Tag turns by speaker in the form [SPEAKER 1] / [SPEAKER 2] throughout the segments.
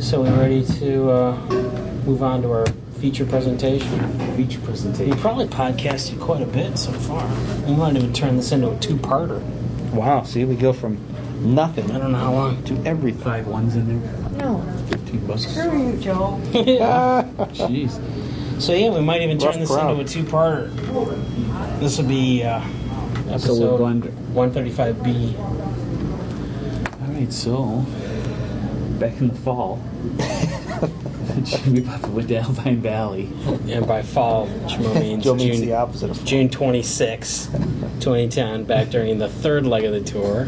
[SPEAKER 1] So we're ready to uh, move on to our feature presentation.
[SPEAKER 2] Feature
[SPEAKER 1] We
[SPEAKER 2] presentation.
[SPEAKER 1] probably podcasted quite a bit so far. We might even turn this into a two-parter.
[SPEAKER 2] Wow, see, we go from nothing
[SPEAKER 1] I don't know how long.
[SPEAKER 2] to everything. Five ones in there.
[SPEAKER 3] No.
[SPEAKER 2] 15 buses.
[SPEAKER 3] Screw you, Joel.
[SPEAKER 2] Jeez.
[SPEAKER 1] So yeah, we might even turn
[SPEAKER 2] Rough
[SPEAKER 1] this
[SPEAKER 2] crowd.
[SPEAKER 1] into a two-parter. This will be uh,
[SPEAKER 2] So we're
[SPEAKER 1] episode
[SPEAKER 2] going to-
[SPEAKER 1] 135B.
[SPEAKER 2] All right, so back in the fall, Jimmy Buffett went to Alpine Valley.
[SPEAKER 1] And by fall, Shmo means
[SPEAKER 2] Joe means
[SPEAKER 1] June,
[SPEAKER 2] the opposite of
[SPEAKER 1] June 26, 2010, back during the third leg of the tour.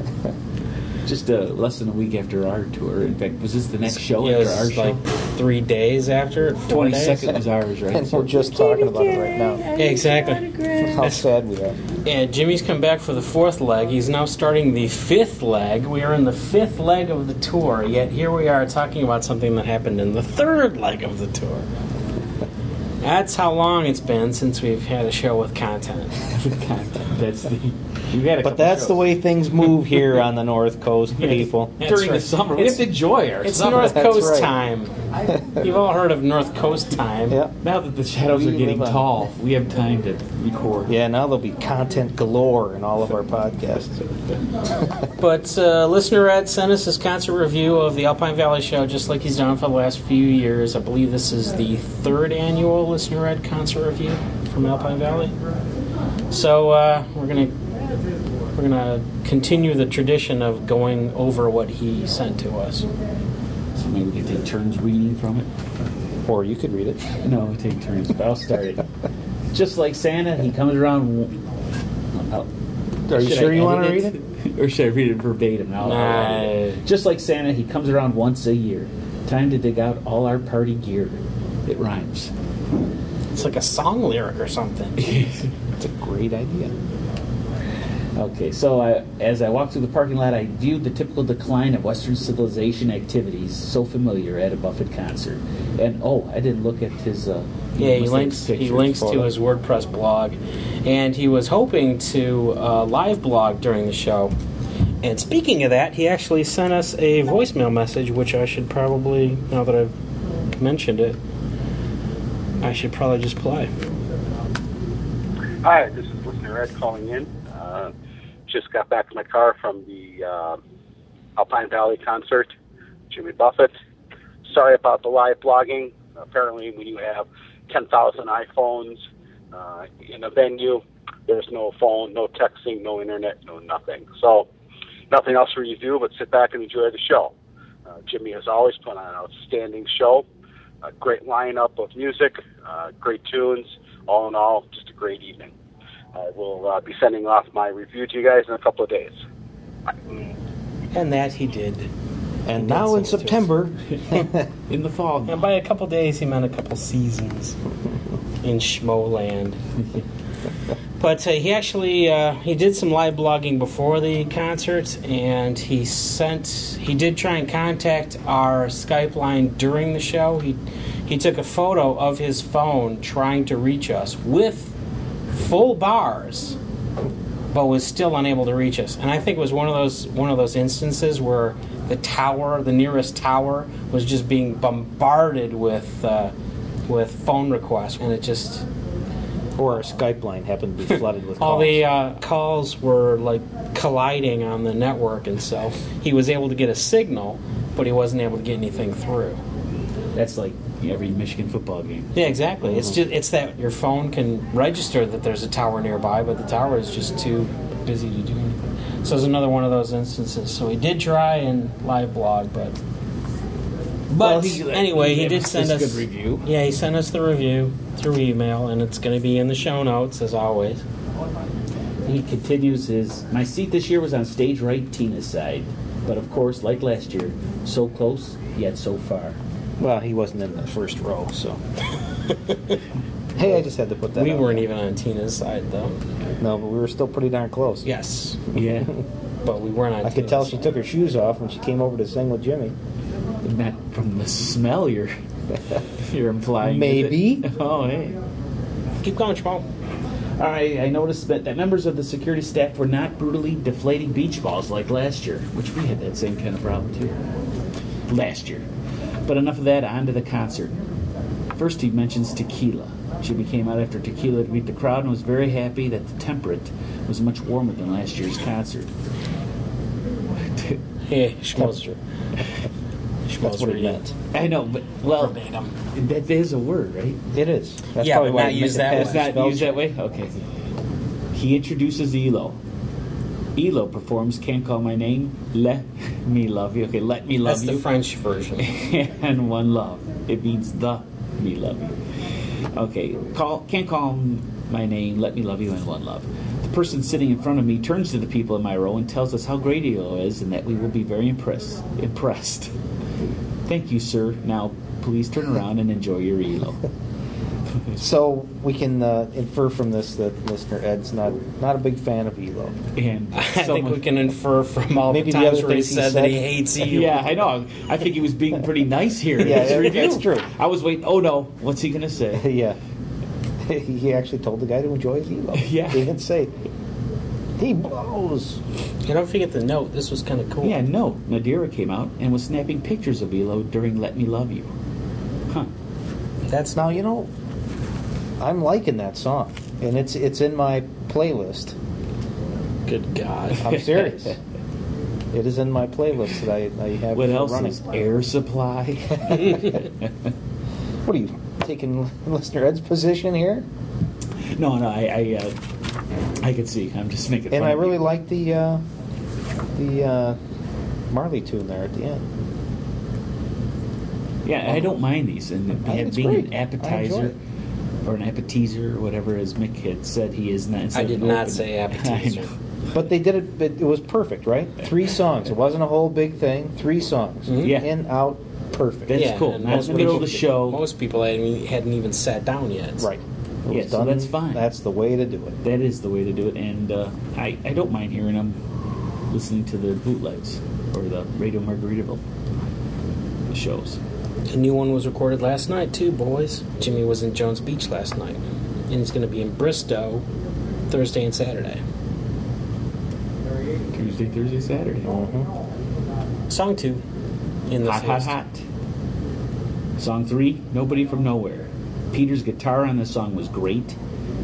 [SPEAKER 2] just uh, less than a week after our tour. In fact, was this the next show
[SPEAKER 1] Yeah, it
[SPEAKER 2] after
[SPEAKER 1] was
[SPEAKER 2] our
[SPEAKER 1] like
[SPEAKER 2] show?
[SPEAKER 1] three days after. four
[SPEAKER 2] Twenty
[SPEAKER 1] days.
[SPEAKER 2] second was ours, right?
[SPEAKER 4] And we're just talking about it right now.
[SPEAKER 1] Yeah, exactly.
[SPEAKER 4] How sad we are.
[SPEAKER 1] And Jimmy's come back for the fourth leg. He's now starting the fifth leg. We are in the fifth leg of the tour, yet here we are talking about something that happened in the third leg of the tour. That's how long it's been since we've had a show with content.
[SPEAKER 2] God, that's the. We've had a couple
[SPEAKER 4] But that's the
[SPEAKER 2] shows.
[SPEAKER 4] way things move here on the North Coast,
[SPEAKER 2] Yes.
[SPEAKER 4] people.
[SPEAKER 1] That's
[SPEAKER 2] during the
[SPEAKER 1] right.
[SPEAKER 2] summer. We
[SPEAKER 1] It's-
[SPEAKER 2] have to enjoy our
[SPEAKER 1] It's
[SPEAKER 2] summer.
[SPEAKER 1] North
[SPEAKER 4] that's
[SPEAKER 1] Coast
[SPEAKER 4] right.
[SPEAKER 1] time. You've all heard of North Coast time.
[SPEAKER 4] Yeah.
[SPEAKER 2] Now that the shadows
[SPEAKER 4] We
[SPEAKER 2] are getting
[SPEAKER 4] live on-
[SPEAKER 2] tall, we have time to record.
[SPEAKER 4] Yeah, now there'll be content galore in all of our podcasts.
[SPEAKER 1] But uh, listener Ed sent us his concert review of the Alpine Valley Show, just like he's done for the last few years. I believe this is the third annual listener Ed concert review from Alpine Valley. So uh, we're gonna we're gonna continue the tradition of going over what he sent to us.
[SPEAKER 2] So maybe we can take turns reading from it.
[SPEAKER 4] Or you could read it.
[SPEAKER 2] No, we take turns, but I'll start it. Just like Santa, he comes around. oh. Are
[SPEAKER 4] Are you sure you want to read it?
[SPEAKER 2] or should I read it verbatim? I'll- I'll read it.
[SPEAKER 1] Nah.
[SPEAKER 2] Just like Santa, he comes around once a year. Time to dig out all our party gear. It rhymes.
[SPEAKER 1] It's like a song lyric or something.
[SPEAKER 4] It's a great idea.
[SPEAKER 2] Okay, so I, as I walked through the parking lot, I viewed the typical decline of Western civilization activities so familiar at a Buffett concert. And oh, I didn't look at his. Uh,
[SPEAKER 1] Yeah, he
[SPEAKER 2] his
[SPEAKER 1] links he
[SPEAKER 2] pictures,
[SPEAKER 1] links to
[SPEAKER 2] photos.
[SPEAKER 1] his WordPress blog, and he was hoping to uh, live blog during the show. And speaking of that, he actually sent us a voicemail message, which I should probably now that I've mentioned it, I should probably just play.
[SPEAKER 5] Hi, this is listener Ed calling in. Uh, just got back in my car from the uh, Alpine Valley concert, Jimmy Buffett. Sorry about the live blogging. Apparently, when you have 10,000 iPhones uh, in a venue, there's no phone, no texting, no internet, no nothing. So, nothing else for you to do but sit back and enjoy the show. Uh, Jimmy has always put on an outstanding show, a great lineup of music, uh, great tunes. All in all, just a great evening. I will uh, be sending off my review to you guys in a couple of days.
[SPEAKER 1] And that he did.
[SPEAKER 4] And now
[SPEAKER 1] send it
[SPEAKER 4] in
[SPEAKER 1] to
[SPEAKER 4] September,
[SPEAKER 2] in the fog.
[SPEAKER 1] And by a couple days, he meant a couple seasons in Schmoland. but uh, he actually uh, he did some live blogging before the concert, and he sent he did try and contact our Skype line during the show. He he took a photo of his phone trying to reach us with full bars but was still unable to reach us. And I think it was one of those one of those instances where the tower, the nearest tower, was just being bombarded with uh, with phone requests, and it just
[SPEAKER 4] or our Skype line happened to be flooded with
[SPEAKER 1] all
[SPEAKER 4] calls.
[SPEAKER 1] the uh, calls were like colliding on the network, and so he was able to get a signal, but he wasn't able to get anything through.
[SPEAKER 2] That's like every Michigan football game.
[SPEAKER 1] Yeah, exactly. It's just it's that your phone can register that there's a tower nearby, but the tower is just too busy to do anything. So it's another one of those instances. So he did try and live blog, but but
[SPEAKER 2] Well, he-
[SPEAKER 1] anyway, he
[SPEAKER 2] he gave
[SPEAKER 1] did
[SPEAKER 2] us
[SPEAKER 1] send
[SPEAKER 2] this
[SPEAKER 1] us
[SPEAKER 2] good review.
[SPEAKER 1] Yeah, he sent us the review through email, and it's going to be in the show notes as always.
[SPEAKER 2] He continues his My seat this year was on stage right, Tina's side. But of course, like last year, so close, yet so far.
[SPEAKER 4] well, he wasn't in the first row, so. hey, I just had to put that
[SPEAKER 1] we
[SPEAKER 4] out
[SPEAKER 1] weren't
[SPEAKER 4] there.
[SPEAKER 1] even on Tina's side though.
[SPEAKER 4] No, but we were still pretty darn close.
[SPEAKER 1] Yes,
[SPEAKER 2] Yeah.
[SPEAKER 1] but we weren't on.
[SPEAKER 4] I could
[SPEAKER 1] Tina's
[SPEAKER 4] tell
[SPEAKER 1] side.
[SPEAKER 4] she took her shoes off when she came over to sing with Jimmy.
[SPEAKER 2] Not from the smell you're, you're implying.
[SPEAKER 4] Maybe.
[SPEAKER 2] Oh, hey.
[SPEAKER 1] Keep going, Jamal.
[SPEAKER 2] All right, I noticed that, that members of the security staff were not brutally deflating beach balls like last year, which we had that same kind of problem too. Last year. But enough of that, on to the concert. First, he mentions Tequila. She became out after Tequila to meet the crowd and was very happy that the temperate was much warmer than last year's concert.
[SPEAKER 1] Yeah, Schmozer.
[SPEAKER 4] That's what it meant.
[SPEAKER 2] I know, but, well,
[SPEAKER 1] Verbatim.
[SPEAKER 2] that is a word, right?
[SPEAKER 4] It is. That's
[SPEAKER 1] Yeah,
[SPEAKER 4] probably
[SPEAKER 1] but
[SPEAKER 4] why
[SPEAKER 1] not
[SPEAKER 4] it
[SPEAKER 1] used
[SPEAKER 4] meant
[SPEAKER 1] that
[SPEAKER 4] it.
[SPEAKER 1] way.
[SPEAKER 2] That's not
[SPEAKER 4] Spelled
[SPEAKER 2] used that way? Okay. He introduces Elo. Elo performs Can't Call My Name, Let Me Love You. Okay, Let Me Love
[SPEAKER 1] That's
[SPEAKER 2] You.
[SPEAKER 1] the French version.
[SPEAKER 2] and one love. It means the me love you. Okay, call can't call my name. Let me love you and one love. The person sitting in front of me turns to the people in my row and tells us how great Elo is and that we will be very impressed. Impressed. Thank you, sir. Now please turn around and enjoy your Elo.
[SPEAKER 4] So we can uh, infer from this that listener Ed's not not a big fan of Elo.
[SPEAKER 2] And
[SPEAKER 1] I think
[SPEAKER 2] someone-
[SPEAKER 1] we can infer from all
[SPEAKER 4] Maybe
[SPEAKER 1] the
[SPEAKER 4] the
[SPEAKER 1] times
[SPEAKER 4] other
[SPEAKER 1] where he
[SPEAKER 4] things he
[SPEAKER 1] said that he
[SPEAKER 4] said.
[SPEAKER 1] hates you.
[SPEAKER 2] Yeah, I know. I think he was being pretty nice here. in
[SPEAKER 4] Yeah,
[SPEAKER 2] his
[SPEAKER 4] that-
[SPEAKER 2] review.
[SPEAKER 4] that's true.
[SPEAKER 2] I was waiting. Oh no, what's he gonna say?
[SPEAKER 4] yeah. he actually told the guy to enjoy his Elo.
[SPEAKER 2] Yeah.
[SPEAKER 4] He didn't say he blows.
[SPEAKER 1] And don't forget the note. This was kind of cool.
[SPEAKER 2] Yeah, no. Nadira came out and was snapping pictures of Elo during Let Me Love You. Huh.
[SPEAKER 4] That's now you know. I'm liking that song, and it's it's in my playlist.
[SPEAKER 1] Good God.
[SPEAKER 4] I'm serious. it is in my playlist that I, I have.
[SPEAKER 2] What
[SPEAKER 4] for
[SPEAKER 2] else
[SPEAKER 4] running.
[SPEAKER 2] is air supply?
[SPEAKER 4] What are you taking, listener Ed's position here?
[SPEAKER 2] no, no, I I, uh, I could see. I'm just making
[SPEAKER 4] And
[SPEAKER 2] fun
[SPEAKER 4] I
[SPEAKER 2] of
[SPEAKER 4] really
[SPEAKER 2] you.
[SPEAKER 4] like the uh, the uh, Marley tune there at the end.
[SPEAKER 2] Yeah, I don't mind these. And
[SPEAKER 4] I think it's
[SPEAKER 2] being an
[SPEAKER 4] great. I enjoy
[SPEAKER 2] appetizer
[SPEAKER 4] it.
[SPEAKER 2] or an appetizer or whatever, as Mick had said, he is not. instead
[SPEAKER 1] I
[SPEAKER 2] of
[SPEAKER 1] did
[SPEAKER 2] an
[SPEAKER 1] not
[SPEAKER 2] opener.
[SPEAKER 1] say
[SPEAKER 2] I
[SPEAKER 1] appetizer.
[SPEAKER 2] know.
[SPEAKER 4] But they did it. But it was perfect, right? Three songs. It wasn't a whole big thing. Three songs.
[SPEAKER 1] Mhm.
[SPEAKER 2] Yeah.
[SPEAKER 4] In out perfect.
[SPEAKER 2] Mm-hmm. That's
[SPEAKER 1] Yeah,
[SPEAKER 2] cool.
[SPEAKER 1] and
[SPEAKER 2] Not in
[SPEAKER 1] most
[SPEAKER 2] the middle of the
[SPEAKER 1] people-
[SPEAKER 2] show.
[SPEAKER 1] Most people hadn't, e- hadn't even sat down yet.
[SPEAKER 4] right. It was
[SPEAKER 2] Yeah, so that's fine.
[SPEAKER 4] That's the way to do it.
[SPEAKER 2] That is the way to do it, and uh, I, I don't mind hearing them listening to the bootlegs or the Radio Margaritaville shows.
[SPEAKER 1] A new one was recorded last night, too, boys. Jimmy was in Jones Beach last night. And he's going to be in Bristow Thursday and Saturday.
[SPEAKER 2] Tuesday, Thursday, Saturday.
[SPEAKER 4] Mm-hmm.
[SPEAKER 1] Song two. In this
[SPEAKER 2] Hot, hot,
[SPEAKER 1] list.
[SPEAKER 2] hot. Song three, Nobody from Nowhere. Peter's guitar on the song was great.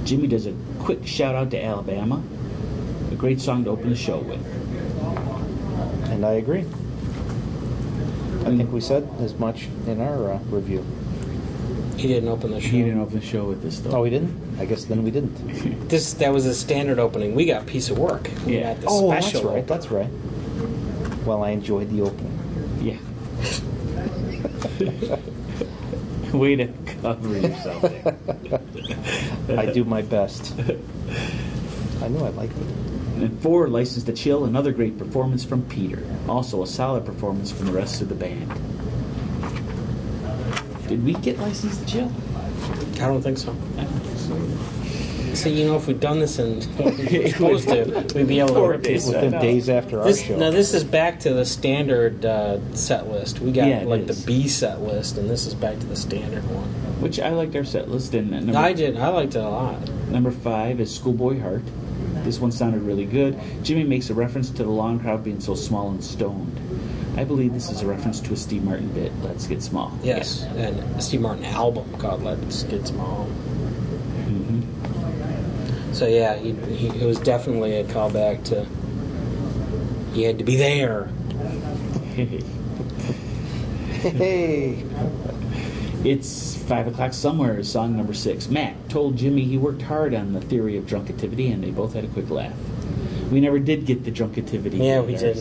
[SPEAKER 2] Jimmy does a quick shout out to Alabama. A great song to open the show with.
[SPEAKER 4] And I agree.
[SPEAKER 2] Mm.
[SPEAKER 4] I think we said as much in our uh, review.
[SPEAKER 1] He didn't open the show.
[SPEAKER 2] He didn't open the show with this though.
[SPEAKER 4] Oh, we didn't. I guess then we didn't.
[SPEAKER 1] This that was a standard opening. We got piece of work. We
[SPEAKER 2] Yeah.
[SPEAKER 1] got the
[SPEAKER 4] Oh, that's
[SPEAKER 1] special.
[SPEAKER 4] right. That's right. Well, I enjoyed the opening.
[SPEAKER 2] Yeah. Way to cover yourself there.
[SPEAKER 4] I do my best. I knew I liked it.
[SPEAKER 2] And four, License to Chill, another great performance from Peter. Also a solid performance from the rest of the band. Did we get License to Chill?
[SPEAKER 1] I don't think so. See, you know, if we'd done this and we're supposed to, we'd be able to rip
[SPEAKER 2] days.
[SPEAKER 1] this.
[SPEAKER 2] Yeah,
[SPEAKER 4] Within
[SPEAKER 2] no.
[SPEAKER 4] days after our
[SPEAKER 1] This,
[SPEAKER 4] show.
[SPEAKER 1] now this is back to the standard uh, set list. We got
[SPEAKER 2] Yeah, it
[SPEAKER 1] like
[SPEAKER 2] is.
[SPEAKER 1] the B set list, and this is back to the standard one.
[SPEAKER 2] Which I liked our set list. And number,
[SPEAKER 1] I did. I liked it a lot.
[SPEAKER 2] number five is Schoolboy Heart. This one sounded really good. Jimmy makes a reference to the lawn crowd being so small and stoned. I believe this is a reference to a Steve Martin bit, Let's Get Small.
[SPEAKER 1] Yes, and Steve Martin album. God, let's get small. So yeah, he, he, it was definitely a callback to. You had to be there.
[SPEAKER 2] Yeah.
[SPEAKER 4] hey,
[SPEAKER 2] It's five o'clock somewhere. Is song number six. Matt told Jimmy he worked hard on the theory of drunkativity, and they both had a quick laugh. We never did get the drunkativity.
[SPEAKER 1] Yeah, we
[SPEAKER 2] in our-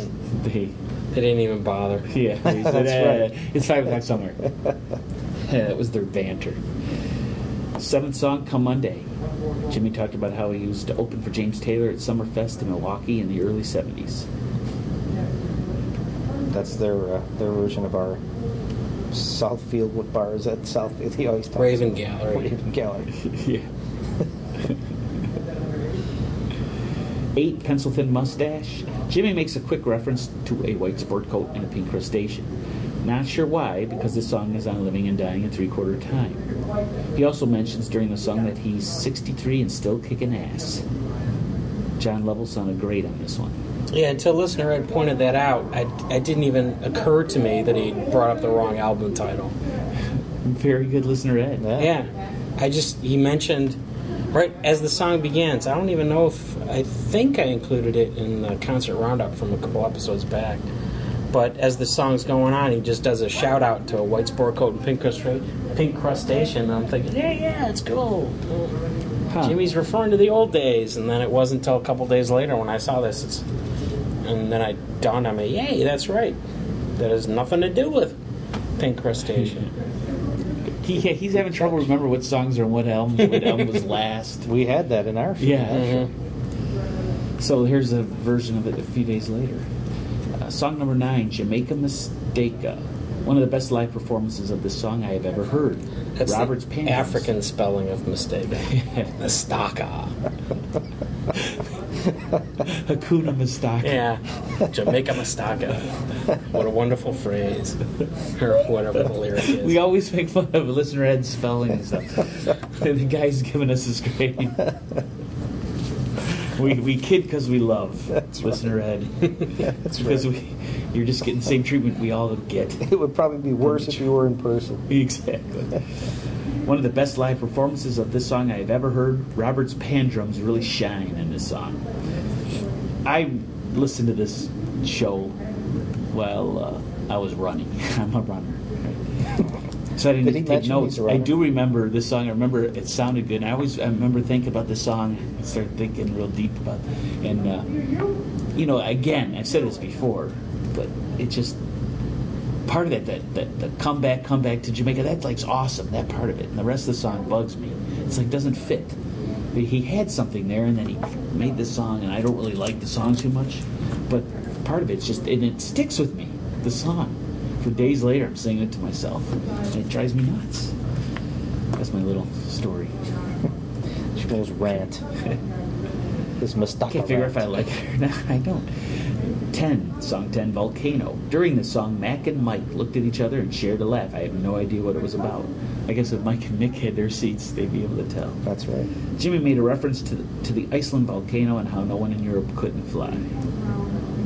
[SPEAKER 1] didn't.
[SPEAKER 2] They,
[SPEAKER 1] They didn't even bother.
[SPEAKER 2] yeah, they said,
[SPEAKER 4] That's
[SPEAKER 2] "Eh, It's five o'clock somewhere. yeah, that was their banter. Seventh song, Come Monday. Jimmy talked about how he used to open for James Taylor at Summerfest in Milwaukee in the early '70s.
[SPEAKER 4] that's their uh, their version of our Southfield. What bar is that? Southfield. He always talks
[SPEAKER 1] Raven
[SPEAKER 4] about
[SPEAKER 1] Gallery.
[SPEAKER 4] Raven Gallery.
[SPEAKER 2] yeah. Eight pencil thin mustache. Jimmy makes a quick reference to a white sport coat and a pink crustacean. Not sure why, because the song is on Living and Dying in Three Quarter Time. He also mentions during the song that he's 63 and still kicking ass. John Lovell sounded great on this one.
[SPEAKER 1] Yeah, until listener had pointed that out, I, it didn't even occur to me that he brought up the wrong album title.
[SPEAKER 2] Very good listener, Ed.
[SPEAKER 4] Yeah.
[SPEAKER 1] Yeah, I just he mentioned right as the song begins. I don't even know if I think I included it in the concert roundup from a couple episodes back. But as the song's going on, he just does a shout out to a white sport coat and pink, crustra- pink crustacean. And I'm thinking, yeah, yeah, it's cool.
[SPEAKER 2] Huh.
[SPEAKER 1] Jimmy's referring to the old days, and then it wasn't until a couple days later when I saw this, it's, and then I dawned on me, yay, that's right. That has nothing to do with pink crustacean.
[SPEAKER 2] He, yeah, he's having trouble remembering what songs are on what album. What album was last?
[SPEAKER 4] We had that in our show.
[SPEAKER 2] Yeah.
[SPEAKER 1] Mm-hmm.
[SPEAKER 2] So here's a version of it a few days later. Uh, song number nine, Jamaica Mistaka. One of the best live performances of this song I have ever heard.
[SPEAKER 1] That's the
[SPEAKER 2] Robert's Pan.
[SPEAKER 1] African spelling of mistake. Mistaka.
[SPEAKER 2] Hakuna Mistaka.
[SPEAKER 1] Yeah. Jamaica Mistaka. What a wonderful phrase. Or whatever the lyric is.
[SPEAKER 2] We always make fun of listener Ed's spelling and stuff. and the guy's giving us his grade. we, we kid because we love listener Ed.
[SPEAKER 4] That's right.
[SPEAKER 2] Because we, you're just getting the same treatment we all get.
[SPEAKER 4] It would probably be worse if you were in person.
[SPEAKER 2] Exactly. One of the best live performances of this song I have ever heard. Robert's pan drums really shine in this song. I listened to this show while uh, I was running. I'm a runner. So I didn't
[SPEAKER 4] Did he
[SPEAKER 2] take
[SPEAKER 4] mention
[SPEAKER 2] notes.
[SPEAKER 4] he's a
[SPEAKER 2] I
[SPEAKER 4] runner?
[SPEAKER 2] do remember this song. I remember it sounded good. And I always I remember thinking about this song. I started thinking real deep about And, uh, you know, again, I've said this before, but it just part of that, that, that the comeback, comeback to Jamaica, that like's awesome, that part of it. And the rest of the song bugs me. It's like doesn't fit. But He had something there and then he made this song and I don't really like the song too much. But part of it's just and it sticks with me, the song. For days later I'm singing it to myself. And it drives me nuts. That's my little story.
[SPEAKER 4] Shmuel's rant. This
[SPEAKER 2] I
[SPEAKER 4] mistake.
[SPEAKER 2] can't figure if I like it or not. I don't. 10, song 10, Volcano. During the song, Mac and Mike looked at each other and shared a laugh. I have no idea what it was about. I guess if Mike and Nick had their seats, they'd be able to tell.
[SPEAKER 4] That's right.
[SPEAKER 2] Jimmy made a reference to the, to the Iceland volcano and how no one in Europe couldn't fly.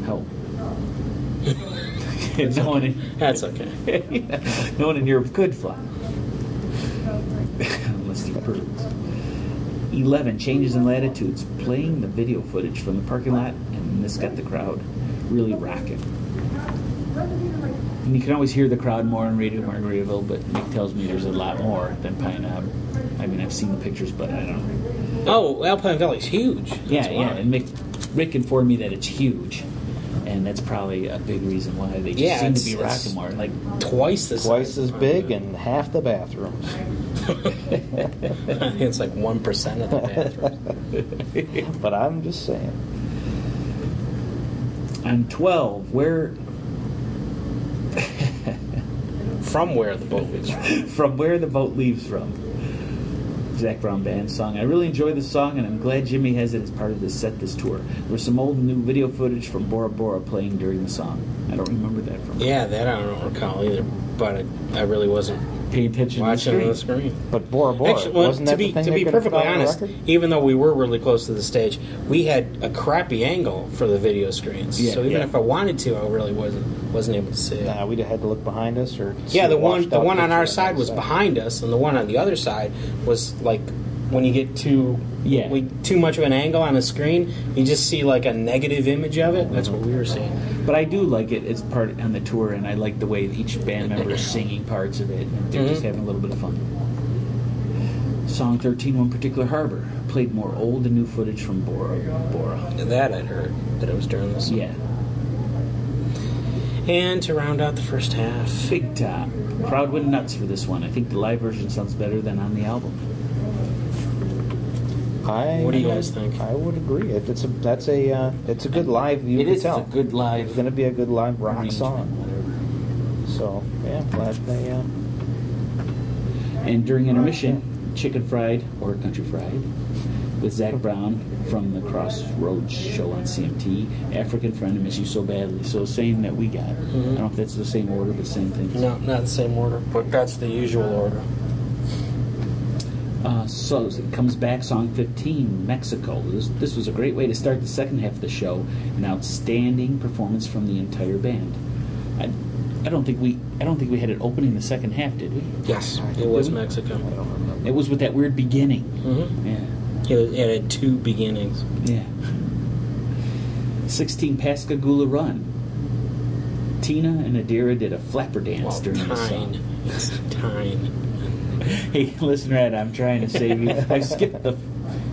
[SPEAKER 2] How? no one in
[SPEAKER 1] That's okay.
[SPEAKER 2] no one in Europe could fly. Unless they're birds. 11. Changes in latitudes. Playing the video footage from the parking lot, and this got the crowd really rocking. And you can always hear the crowd more on Radio Margaritaville, but Nick tells me there's a lot more than Pine Knob. I mean, I've seen the pictures, but I don't.
[SPEAKER 1] Oh, Alpine Valley's huge.
[SPEAKER 2] Yeah,
[SPEAKER 1] That's why.
[SPEAKER 2] yeah. And Mick, Rick informed me that it's huge, and that's probably a big reason why they just
[SPEAKER 1] Yeah,
[SPEAKER 2] seem to
[SPEAKER 1] it's-
[SPEAKER 2] be
[SPEAKER 1] it's-
[SPEAKER 2] rocking more. Like
[SPEAKER 1] Twice this.
[SPEAKER 4] Twice as big and half the bathrooms.
[SPEAKER 1] it's like 1% of the bathroom.
[SPEAKER 4] But I'm just saying.
[SPEAKER 2] And 12, where
[SPEAKER 1] From where the boat is.
[SPEAKER 2] from where the boat leaves from. Zach Brown Band song. I really enjoy this song, and I'm glad Jimmy has it as part of this set this tour. There's some old and new video footage from Bora Bora playing during the song. I don't remember that from
[SPEAKER 1] Yeah, that I don't recall either, but I, I really wasn't
[SPEAKER 2] paying attention
[SPEAKER 1] watching
[SPEAKER 2] to
[SPEAKER 1] on
[SPEAKER 2] the
[SPEAKER 1] the
[SPEAKER 2] screen.
[SPEAKER 1] screen.
[SPEAKER 4] But Bora Bora,
[SPEAKER 1] Actually, well,
[SPEAKER 4] wasn't
[SPEAKER 1] to
[SPEAKER 4] that
[SPEAKER 1] be
[SPEAKER 4] the thing
[SPEAKER 1] to
[SPEAKER 4] they
[SPEAKER 1] be
[SPEAKER 4] could've
[SPEAKER 1] perfectly
[SPEAKER 4] put on the
[SPEAKER 1] honest,
[SPEAKER 4] record?
[SPEAKER 1] even though we were really close to the stage, we had a crappy angle for the video screens.
[SPEAKER 2] Yeah,
[SPEAKER 1] so even
[SPEAKER 2] yeah.
[SPEAKER 1] if I wanted to, I really wasn't wasn't able to see it.
[SPEAKER 4] Nah, we'd have had to look behind us or.
[SPEAKER 1] yeah,
[SPEAKER 4] see
[SPEAKER 1] the one
[SPEAKER 4] washed
[SPEAKER 1] the
[SPEAKER 4] out
[SPEAKER 1] one on
[SPEAKER 4] picture
[SPEAKER 1] our side
[SPEAKER 4] the
[SPEAKER 1] was behind us, and the one on the other side was like when you get too
[SPEAKER 2] Yeah.
[SPEAKER 1] we, too much of an angle on a screen, you just see like a negative image of it. That's what we were seeing.
[SPEAKER 2] But I do like it as part on the tour, and I like the way that each band member is singing parts of it. They're just having a little bit of fun. Song 13, One Particular Harbor, played more old and new footage from Bora Bora.
[SPEAKER 1] And That I'd heard that it was during this.
[SPEAKER 2] Yeah.
[SPEAKER 1] And to round out the first half,
[SPEAKER 2] Big Top. Crowd went nuts for this one. I think the live version sounds better than on the album.
[SPEAKER 4] I,
[SPEAKER 1] What do you guys think?
[SPEAKER 4] I would agree. It, it's a that's a uh, it's a good live. You
[SPEAKER 2] It
[SPEAKER 4] can
[SPEAKER 2] is
[SPEAKER 4] tell.
[SPEAKER 2] a good live
[SPEAKER 4] It's going to be a good live rock
[SPEAKER 2] arrangement,
[SPEAKER 4] song.
[SPEAKER 2] whatever.
[SPEAKER 4] So yeah, I'm glad they. Uh,
[SPEAKER 2] And during intermission, Chicken Fried or Country Fried with Zach Brown from the Crossroads show on CMT. African friend, I miss you so badly. So same that we got. I don't know if that's the same order, but same thing.
[SPEAKER 1] no, not the same order, but that's the usual order.
[SPEAKER 2] Uh, so it comes back song 15, Mexico. This, this was a great way to start the second half of the show. An outstanding performance from the entire band. I, I don't think we I don't think we had it opening the second half, did we?
[SPEAKER 1] Yes, it
[SPEAKER 2] Did
[SPEAKER 1] was
[SPEAKER 2] we?
[SPEAKER 4] I
[SPEAKER 1] Mexico.
[SPEAKER 4] don't remember.
[SPEAKER 2] It was with that weird beginning.
[SPEAKER 1] Mm-hmm.
[SPEAKER 2] Yeah.
[SPEAKER 1] It, was- it had two beginnings.
[SPEAKER 2] Yeah. 16 Pascagoula Run. Tina and Adira did a flapper dance
[SPEAKER 1] Well,
[SPEAKER 2] during the
[SPEAKER 1] Tyne.
[SPEAKER 2] song.
[SPEAKER 1] It's Tyne.
[SPEAKER 2] Hey, listen, Red, I'm trying to save you. I skipped the.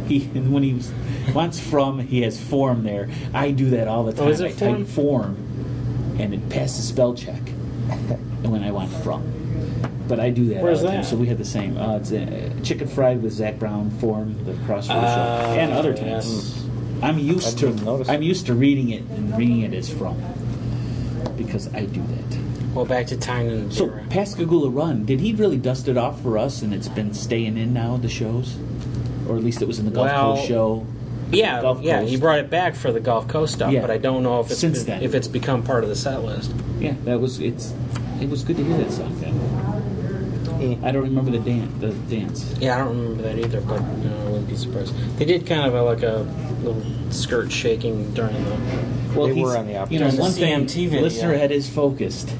[SPEAKER 2] He when he was, wants from, he has form there. I do that all the time.
[SPEAKER 1] Oh, is
[SPEAKER 2] I
[SPEAKER 1] it
[SPEAKER 2] type form, and it passes spell check. And when I want from, but I do that.
[SPEAKER 1] Where's
[SPEAKER 2] all the time,
[SPEAKER 1] that?
[SPEAKER 2] So we had the same. Uh, it's uh, chicken fried with Zach Brown form the crossroads
[SPEAKER 1] Ah,
[SPEAKER 2] show and other times. Mm.
[SPEAKER 1] yes.
[SPEAKER 2] I'm
[SPEAKER 4] I
[SPEAKER 2] used
[SPEAKER 4] didn't even
[SPEAKER 2] to
[SPEAKER 4] notice
[SPEAKER 2] I'm
[SPEAKER 4] it.
[SPEAKER 2] used to reading it and reading it as from because I do that.
[SPEAKER 1] Well, back to Tyne and
[SPEAKER 2] So
[SPEAKER 1] Vera.
[SPEAKER 2] Pascagoula Run, did he really dust it off for us, and it's been staying in now the shows, or at least it was in the Gulf
[SPEAKER 1] Well,
[SPEAKER 2] Coast show.
[SPEAKER 1] yeah,
[SPEAKER 2] Gulf
[SPEAKER 1] yeah,
[SPEAKER 2] Coast.
[SPEAKER 1] he brought it back for the Gulf Coast stuff,
[SPEAKER 2] Yeah.
[SPEAKER 1] but I don't know if it's
[SPEAKER 2] Since
[SPEAKER 1] been-
[SPEAKER 2] then.
[SPEAKER 1] if it's become part of the set list.
[SPEAKER 2] Yeah, that was it's. It was good to hear that song. Then.
[SPEAKER 4] Eh.
[SPEAKER 2] I don't remember the dance. The dance.
[SPEAKER 1] Yeah, I don't remember that either, but you know, I wouldn't be surprised. They did kind of a, like a little skirt shaking during the.
[SPEAKER 2] Well,
[SPEAKER 4] They
[SPEAKER 2] he's-
[SPEAKER 4] were on the opposite
[SPEAKER 2] You know,
[SPEAKER 1] side.
[SPEAKER 2] one
[SPEAKER 1] The
[SPEAKER 2] thing
[SPEAKER 1] CMT video.
[SPEAKER 2] listener head is focused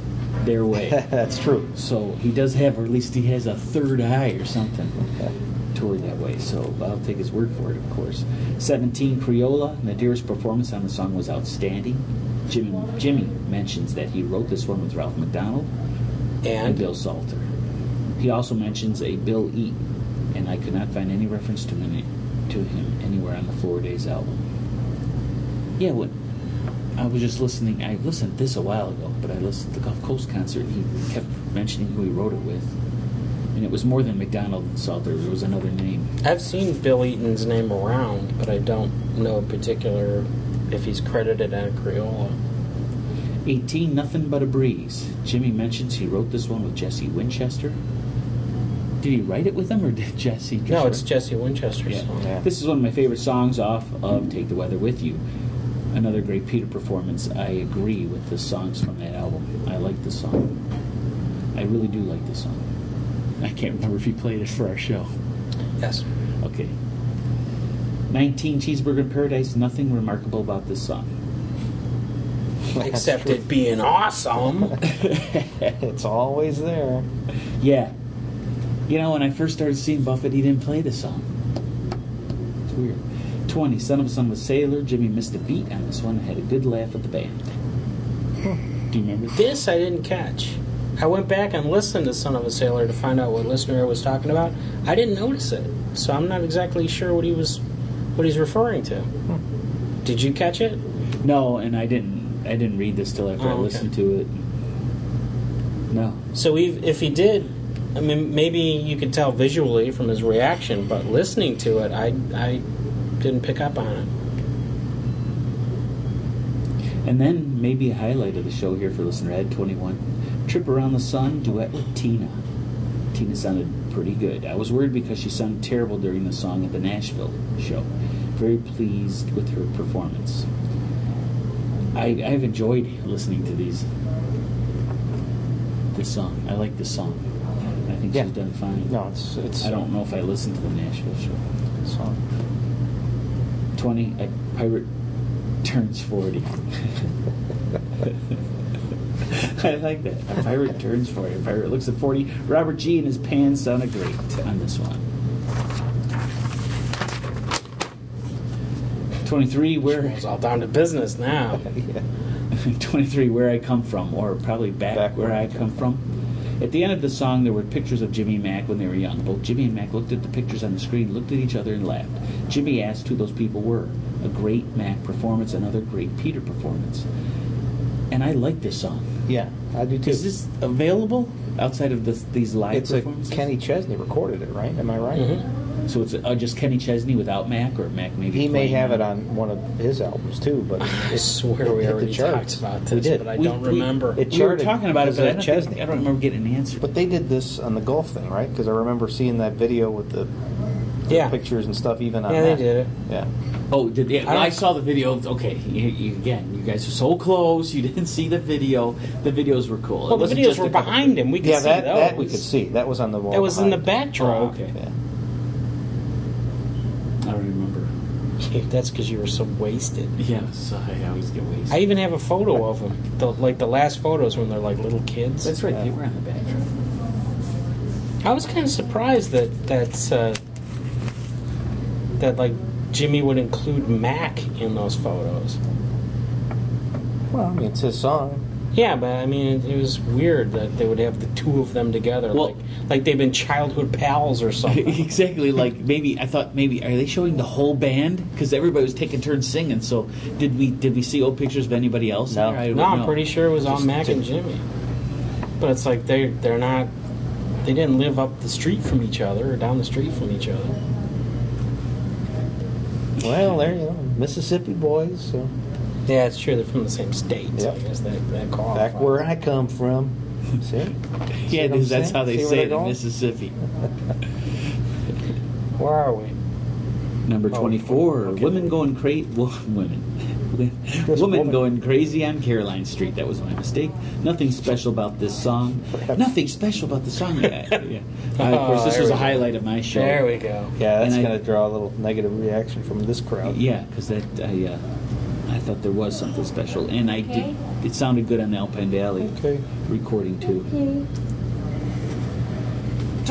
[SPEAKER 2] their way,
[SPEAKER 4] That's true.
[SPEAKER 2] so he does have, or at least he has a third eye or something toward that way. So I'll take his word for it, of course. Seventeen Creola. Nadir's performance on the song was outstanding. Jim, Jimmy mentions that he wrote this one with Ralph McDonald. and
[SPEAKER 1] And
[SPEAKER 2] Bill Salter. He also mentions a Bill E, and I could not find any reference to him, to him anywhere on the Four Days album. Yeah, when I was just listening, I listened to this a while ago, but I listened to the Gulf Coast concert. He kept mentioning who he wrote it with, and it was more than McDonald and Salter. There was another name.
[SPEAKER 1] I've seen Bill Eaton's name around, but I don't know in particular if he's credited at Creola.
[SPEAKER 2] 18 Nothing But a Breeze. Jimmy mentions he wrote this one with Jesse Winchester. Did he write it with him, or did Jesse? just
[SPEAKER 1] No,
[SPEAKER 2] write-
[SPEAKER 1] it's Jesse Winchester's
[SPEAKER 2] Yeah.
[SPEAKER 1] song.
[SPEAKER 4] Yeah.
[SPEAKER 2] This is one of my favorite songs off of Take the Weather With You. Another great Peter performance. I agree with the songs from that album. I like this song. I really do like this song. I can't remember if he played it for our show.
[SPEAKER 1] Yes.
[SPEAKER 2] Okay. 19 Cheeseburger in Paradise. Nothing remarkable about this song.
[SPEAKER 1] Except it being awesome.
[SPEAKER 4] It's always there.
[SPEAKER 2] Yeah. You know, when I first started seeing Buffett, he didn't play this song. It's weird. 20 Son of a Son with Sailor. Jimmy missed a beat on this one and had a good laugh at the band. Do you remember this?
[SPEAKER 1] This I didn't catch. I went back and listened to Son of a Sailor to find out what listener was talking about. I didn't notice it, so I'm not exactly sure what he was, what he's referring to. Did you catch it?
[SPEAKER 2] No, and I didn't. I didn't read this till after
[SPEAKER 1] Oh,
[SPEAKER 2] I
[SPEAKER 1] okay.
[SPEAKER 2] listened to it. No.
[SPEAKER 1] So if if he did, I mean, maybe you could tell visually from his reaction, but listening to it, I I didn't pick up on it.
[SPEAKER 2] And then maybe a highlight of the show here for listener Ed 21. Trip Around the Sun duet with Tina. Tina sounded pretty good. I was worried because she sounded terrible during the song at the Nashville show. Very pleased with her performance. I, I've enjoyed listening to these. This song. I like this song. I think
[SPEAKER 4] Yeah.
[SPEAKER 2] she's done fine.
[SPEAKER 4] No, it's it's
[SPEAKER 2] I don't know if I listened to the Nashville show.
[SPEAKER 4] song.
[SPEAKER 2] 20, a pirate turns 40. I like that. A pirate turns 40. A pirate looks at 40. Robert G. and his pants sounded great on this one. 23, where
[SPEAKER 1] It's all down to business now.
[SPEAKER 4] Yeah.
[SPEAKER 2] 23 where i come from or probably back,
[SPEAKER 4] Back
[SPEAKER 2] where, i come from. at the end of the song there were pictures of jimmy and mack when they were young both jimmy and mack looked at the pictures on the screen looked at each other and laughed jimmy asked who those people were a great mack performance another great peter performance and i like this song
[SPEAKER 4] Yeah, I do too.
[SPEAKER 2] is this available outside of this, these live
[SPEAKER 4] it's a
[SPEAKER 2] performances
[SPEAKER 4] Kenny Chesney recorded it, right? Am I right?
[SPEAKER 1] Mhm.
[SPEAKER 2] so it's uh, just kenny chesney without mack or mack maybe
[SPEAKER 4] He may
[SPEAKER 2] playing
[SPEAKER 4] have it on one of his albums too, but
[SPEAKER 1] I
[SPEAKER 4] it-
[SPEAKER 1] swear
[SPEAKER 4] it
[SPEAKER 1] we
[SPEAKER 4] hit the
[SPEAKER 1] already
[SPEAKER 4] charts.
[SPEAKER 1] talked about
[SPEAKER 4] We
[SPEAKER 1] this,
[SPEAKER 4] did.
[SPEAKER 1] but I
[SPEAKER 2] We-
[SPEAKER 1] don't
[SPEAKER 2] we-
[SPEAKER 1] remember.
[SPEAKER 4] it
[SPEAKER 2] we were
[SPEAKER 4] charted
[SPEAKER 2] talking about it
[SPEAKER 4] as
[SPEAKER 2] but I
[SPEAKER 4] a
[SPEAKER 2] don't, think,
[SPEAKER 4] Chesney.
[SPEAKER 2] I don't remember getting an answer
[SPEAKER 4] But they did this on the golf thing, right? Because I remember seeing that video with the the
[SPEAKER 1] yeah,
[SPEAKER 4] pictures and stuff, even on
[SPEAKER 1] yeah, they
[SPEAKER 4] that.
[SPEAKER 1] did it.
[SPEAKER 4] Yeah,
[SPEAKER 2] Oh, did yeah,
[SPEAKER 1] I
[SPEAKER 2] well, I
[SPEAKER 1] don't-
[SPEAKER 2] saw the video. Okay, you, you, again, you guys are so close. You didn't see the video. The videos were cool.
[SPEAKER 1] Well, the videos were behind him. We could
[SPEAKER 4] yeah,
[SPEAKER 1] see
[SPEAKER 4] that,
[SPEAKER 1] those.
[SPEAKER 4] that we could see. That was on the wall.
[SPEAKER 1] That was in the
[SPEAKER 4] behind.
[SPEAKER 1] backdrop.
[SPEAKER 2] Oh, okay.
[SPEAKER 4] Yeah.
[SPEAKER 1] that's because you were so wasted.
[SPEAKER 2] Yes, I always get wasted.
[SPEAKER 1] I even have a photo of them, the, like the last photos when they're like little kids.
[SPEAKER 2] That's right. They
[SPEAKER 4] Yeah.
[SPEAKER 2] were on the back. track.
[SPEAKER 1] I was kind of surprised that that's uh, that like Jimmy would include Mac in those photos.
[SPEAKER 4] Well, I mean, it's his song.
[SPEAKER 1] Yeah, but I mean, it, it was weird that they would have the two of them together,
[SPEAKER 2] Well-
[SPEAKER 1] like like they've been childhood pals or something.
[SPEAKER 2] exactly. Like maybe I thought maybe are they showing the whole band because everybody was taking turns singing. So did we did we see old pictures of anybody else?
[SPEAKER 4] No.
[SPEAKER 2] in there? I don't
[SPEAKER 1] no, I'm
[SPEAKER 2] know.
[SPEAKER 1] pretty sure it was on
[SPEAKER 2] Just-
[SPEAKER 1] Mac and Jimmy. But it's like they they're not they didn't live up the street from each other or down the street from each other.
[SPEAKER 4] Well, there you go. Mississippi boys. So.
[SPEAKER 1] Yeah, it's true. They're from the same state. so I
[SPEAKER 4] Yep.
[SPEAKER 1] guess that that
[SPEAKER 4] Back
[SPEAKER 1] qualifies.
[SPEAKER 4] where I come from. See?
[SPEAKER 2] Yeah,
[SPEAKER 4] what I'm
[SPEAKER 2] dude, that's
[SPEAKER 4] saying?
[SPEAKER 2] how they
[SPEAKER 4] See where
[SPEAKER 2] say
[SPEAKER 4] they're
[SPEAKER 2] it in
[SPEAKER 4] going?
[SPEAKER 2] Mississippi.
[SPEAKER 1] where are we?
[SPEAKER 2] Number
[SPEAKER 1] Oh,
[SPEAKER 2] twenty-four.
[SPEAKER 1] okay.
[SPEAKER 2] Women going crazy. women.
[SPEAKER 4] Just
[SPEAKER 2] women
[SPEAKER 4] woman.
[SPEAKER 2] going crazy on Caroline Street. That was my mistake. Nothing special about this song.
[SPEAKER 4] Perhaps.
[SPEAKER 2] Nothing special about the song. yeah. Uh, of course,
[SPEAKER 1] Oh,
[SPEAKER 2] this
[SPEAKER 1] there
[SPEAKER 2] was
[SPEAKER 1] we go.
[SPEAKER 2] a highlight of my show.
[SPEAKER 1] There we go.
[SPEAKER 4] Yeah, that's
[SPEAKER 2] And I-
[SPEAKER 4] going to draw a little negative reaction from this crowd.
[SPEAKER 2] Yeah, because that I uh, I thought there was something special, and I did. It sounded good on the Alpine Valley
[SPEAKER 4] Okay.
[SPEAKER 2] recording too.
[SPEAKER 3] Okay.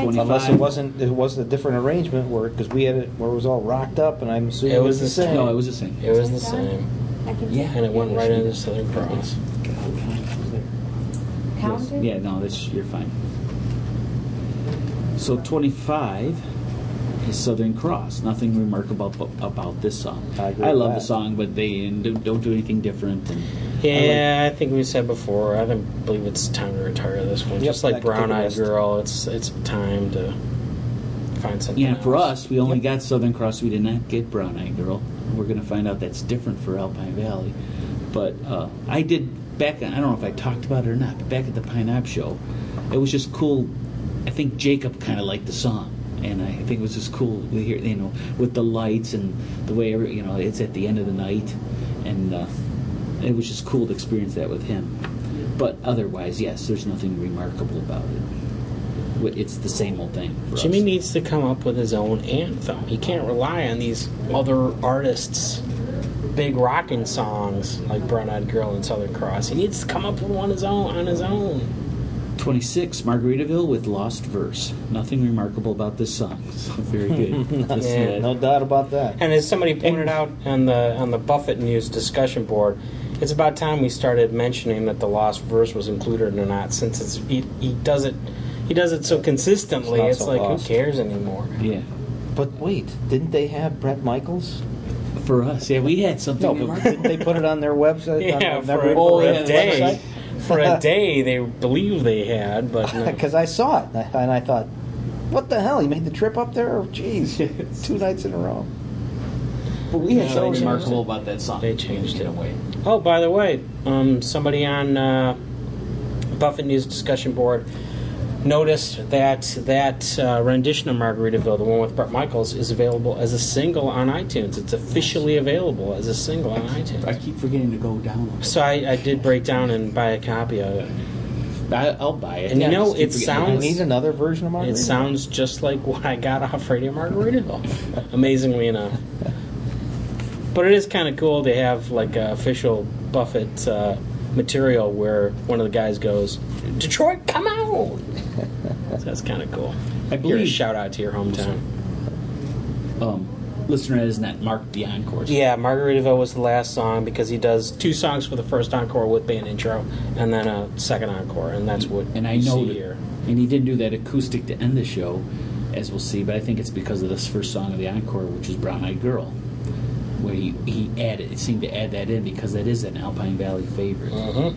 [SPEAKER 2] Twenty
[SPEAKER 4] Unless it
[SPEAKER 2] five.
[SPEAKER 4] wasn't, it was a different arrangement where because we had it where it was all rocked up, and I'm assuming
[SPEAKER 1] It was
[SPEAKER 4] it's
[SPEAKER 1] the same.
[SPEAKER 2] No, it was the same.
[SPEAKER 1] It was the same,
[SPEAKER 3] I can
[SPEAKER 2] Yeah.
[SPEAKER 1] and it went right into Southern Cross.
[SPEAKER 3] Pound it?
[SPEAKER 2] Yeah, no, that's you're fine. So 25 is Southern Cross. Nothing remarkable ab- about this song.
[SPEAKER 4] I agree with
[SPEAKER 2] love the
[SPEAKER 4] that.
[SPEAKER 2] song, but they don't don't do anything different. And
[SPEAKER 1] Yeah, I, think we said before. I don't believe it's time to retire this one.
[SPEAKER 4] Yep,
[SPEAKER 1] Just like
[SPEAKER 4] that could take a
[SPEAKER 1] Brown Eyed
[SPEAKER 4] rest.
[SPEAKER 1] Girl, it's it's time to find something.
[SPEAKER 2] Yeah, for
[SPEAKER 1] else.
[SPEAKER 2] us, we only got Southern Cross. We did not get Brown Eye Girl. We're going to find out that's different for Alpine Valley. But uh, I did back. I don't know if I talked about it or not. But back at the Pine Knob show, it was just cool. I think Jacob kind of liked the song, and I think it was just cool to hear. You know, with the lights and the way every, you know it's at the end of the night, and uh, it was just cool to experience that with him. But otherwise, yes, there's nothing remarkable about it. It's the same old thing. for
[SPEAKER 1] Jimmy
[SPEAKER 2] us.
[SPEAKER 1] needs to come up with his own anthem. He can't rely on these other artists' big rockin' songs like Brown Eyed Girl and Southern Cross. He needs to come up with one his own on his own.
[SPEAKER 2] 26, Margaritaville with Lost Verse. Nothing remarkable about this song. So very good. Just, uh,
[SPEAKER 1] Yeah.
[SPEAKER 4] No doubt about that.
[SPEAKER 1] And as somebody pointed out on the on the Buffett News discussion board, it's about time we started mentioning that the lost verse was included or not, since it's, he, he does it he does it so consistently.
[SPEAKER 4] not
[SPEAKER 1] It's,
[SPEAKER 4] so
[SPEAKER 1] like
[SPEAKER 4] lost.
[SPEAKER 1] who cares anymore?
[SPEAKER 2] uh, yeah.
[SPEAKER 4] But wait, didn't they have Brett Michaels?
[SPEAKER 2] For us, yeah, we had something
[SPEAKER 4] No, but
[SPEAKER 2] remarkable.
[SPEAKER 4] didn't they put it on their website?
[SPEAKER 1] Yeah,
[SPEAKER 4] on
[SPEAKER 1] for, a- for a
[SPEAKER 2] yeah,
[SPEAKER 1] day, for a day they believe they had, but no.
[SPEAKER 4] Because I saw it and I, and I thought, what the hell? He made the trip up there? Jeez,
[SPEAKER 2] Yes.
[SPEAKER 4] two nights in a row.
[SPEAKER 2] but we had
[SPEAKER 1] Yeah, they
[SPEAKER 2] something
[SPEAKER 1] changed
[SPEAKER 2] remarkable about that song.
[SPEAKER 1] They changed
[SPEAKER 2] Get
[SPEAKER 1] it.
[SPEAKER 2] away.
[SPEAKER 1] Oh, by the way, um, somebody on uh, Buffett News discussion board noticed that that uh, rendition of Margaritaville, the one with Brett Michaels, is available as a single on iTunes. It's officially available as a single on
[SPEAKER 2] I
[SPEAKER 1] iTunes.
[SPEAKER 2] keep forgetting to go download.
[SPEAKER 1] So I, I did break down and buy a copy of it.
[SPEAKER 2] I, I'll buy it.
[SPEAKER 1] And you
[SPEAKER 2] I
[SPEAKER 1] know,
[SPEAKER 2] just keep
[SPEAKER 1] it
[SPEAKER 2] forgetting.
[SPEAKER 4] I
[SPEAKER 1] sounds-
[SPEAKER 4] need another version of Margarita.
[SPEAKER 1] It sounds just like what I got off Radio Margaritaville, amazingly enough. But it is kind of cool to have like uh, official Buffett uh, material where one of the guys goes, "Detroit, come out!" so that's kind of cool.
[SPEAKER 2] I
[SPEAKER 1] Give a
[SPEAKER 2] believe
[SPEAKER 1] shout out to your hometown.
[SPEAKER 2] um, listener that isn't that Mark the Encore.
[SPEAKER 1] Yeah, Margaritaville was the last song because he does two songs for the first encore with band intro and then a second encore, and that's what
[SPEAKER 2] and I
[SPEAKER 1] you
[SPEAKER 2] know
[SPEAKER 1] see
[SPEAKER 2] that-
[SPEAKER 1] here.
[SPEAKER 2] And he didn't do that acoustic to end the show, as we'll see. But I think it's because of this first song of the encore, which is "Brown Eyed Girl," where he, he added it seemed to add that in because that is an Alpine Valley favorite.
[SPEAKER 1] Mhm.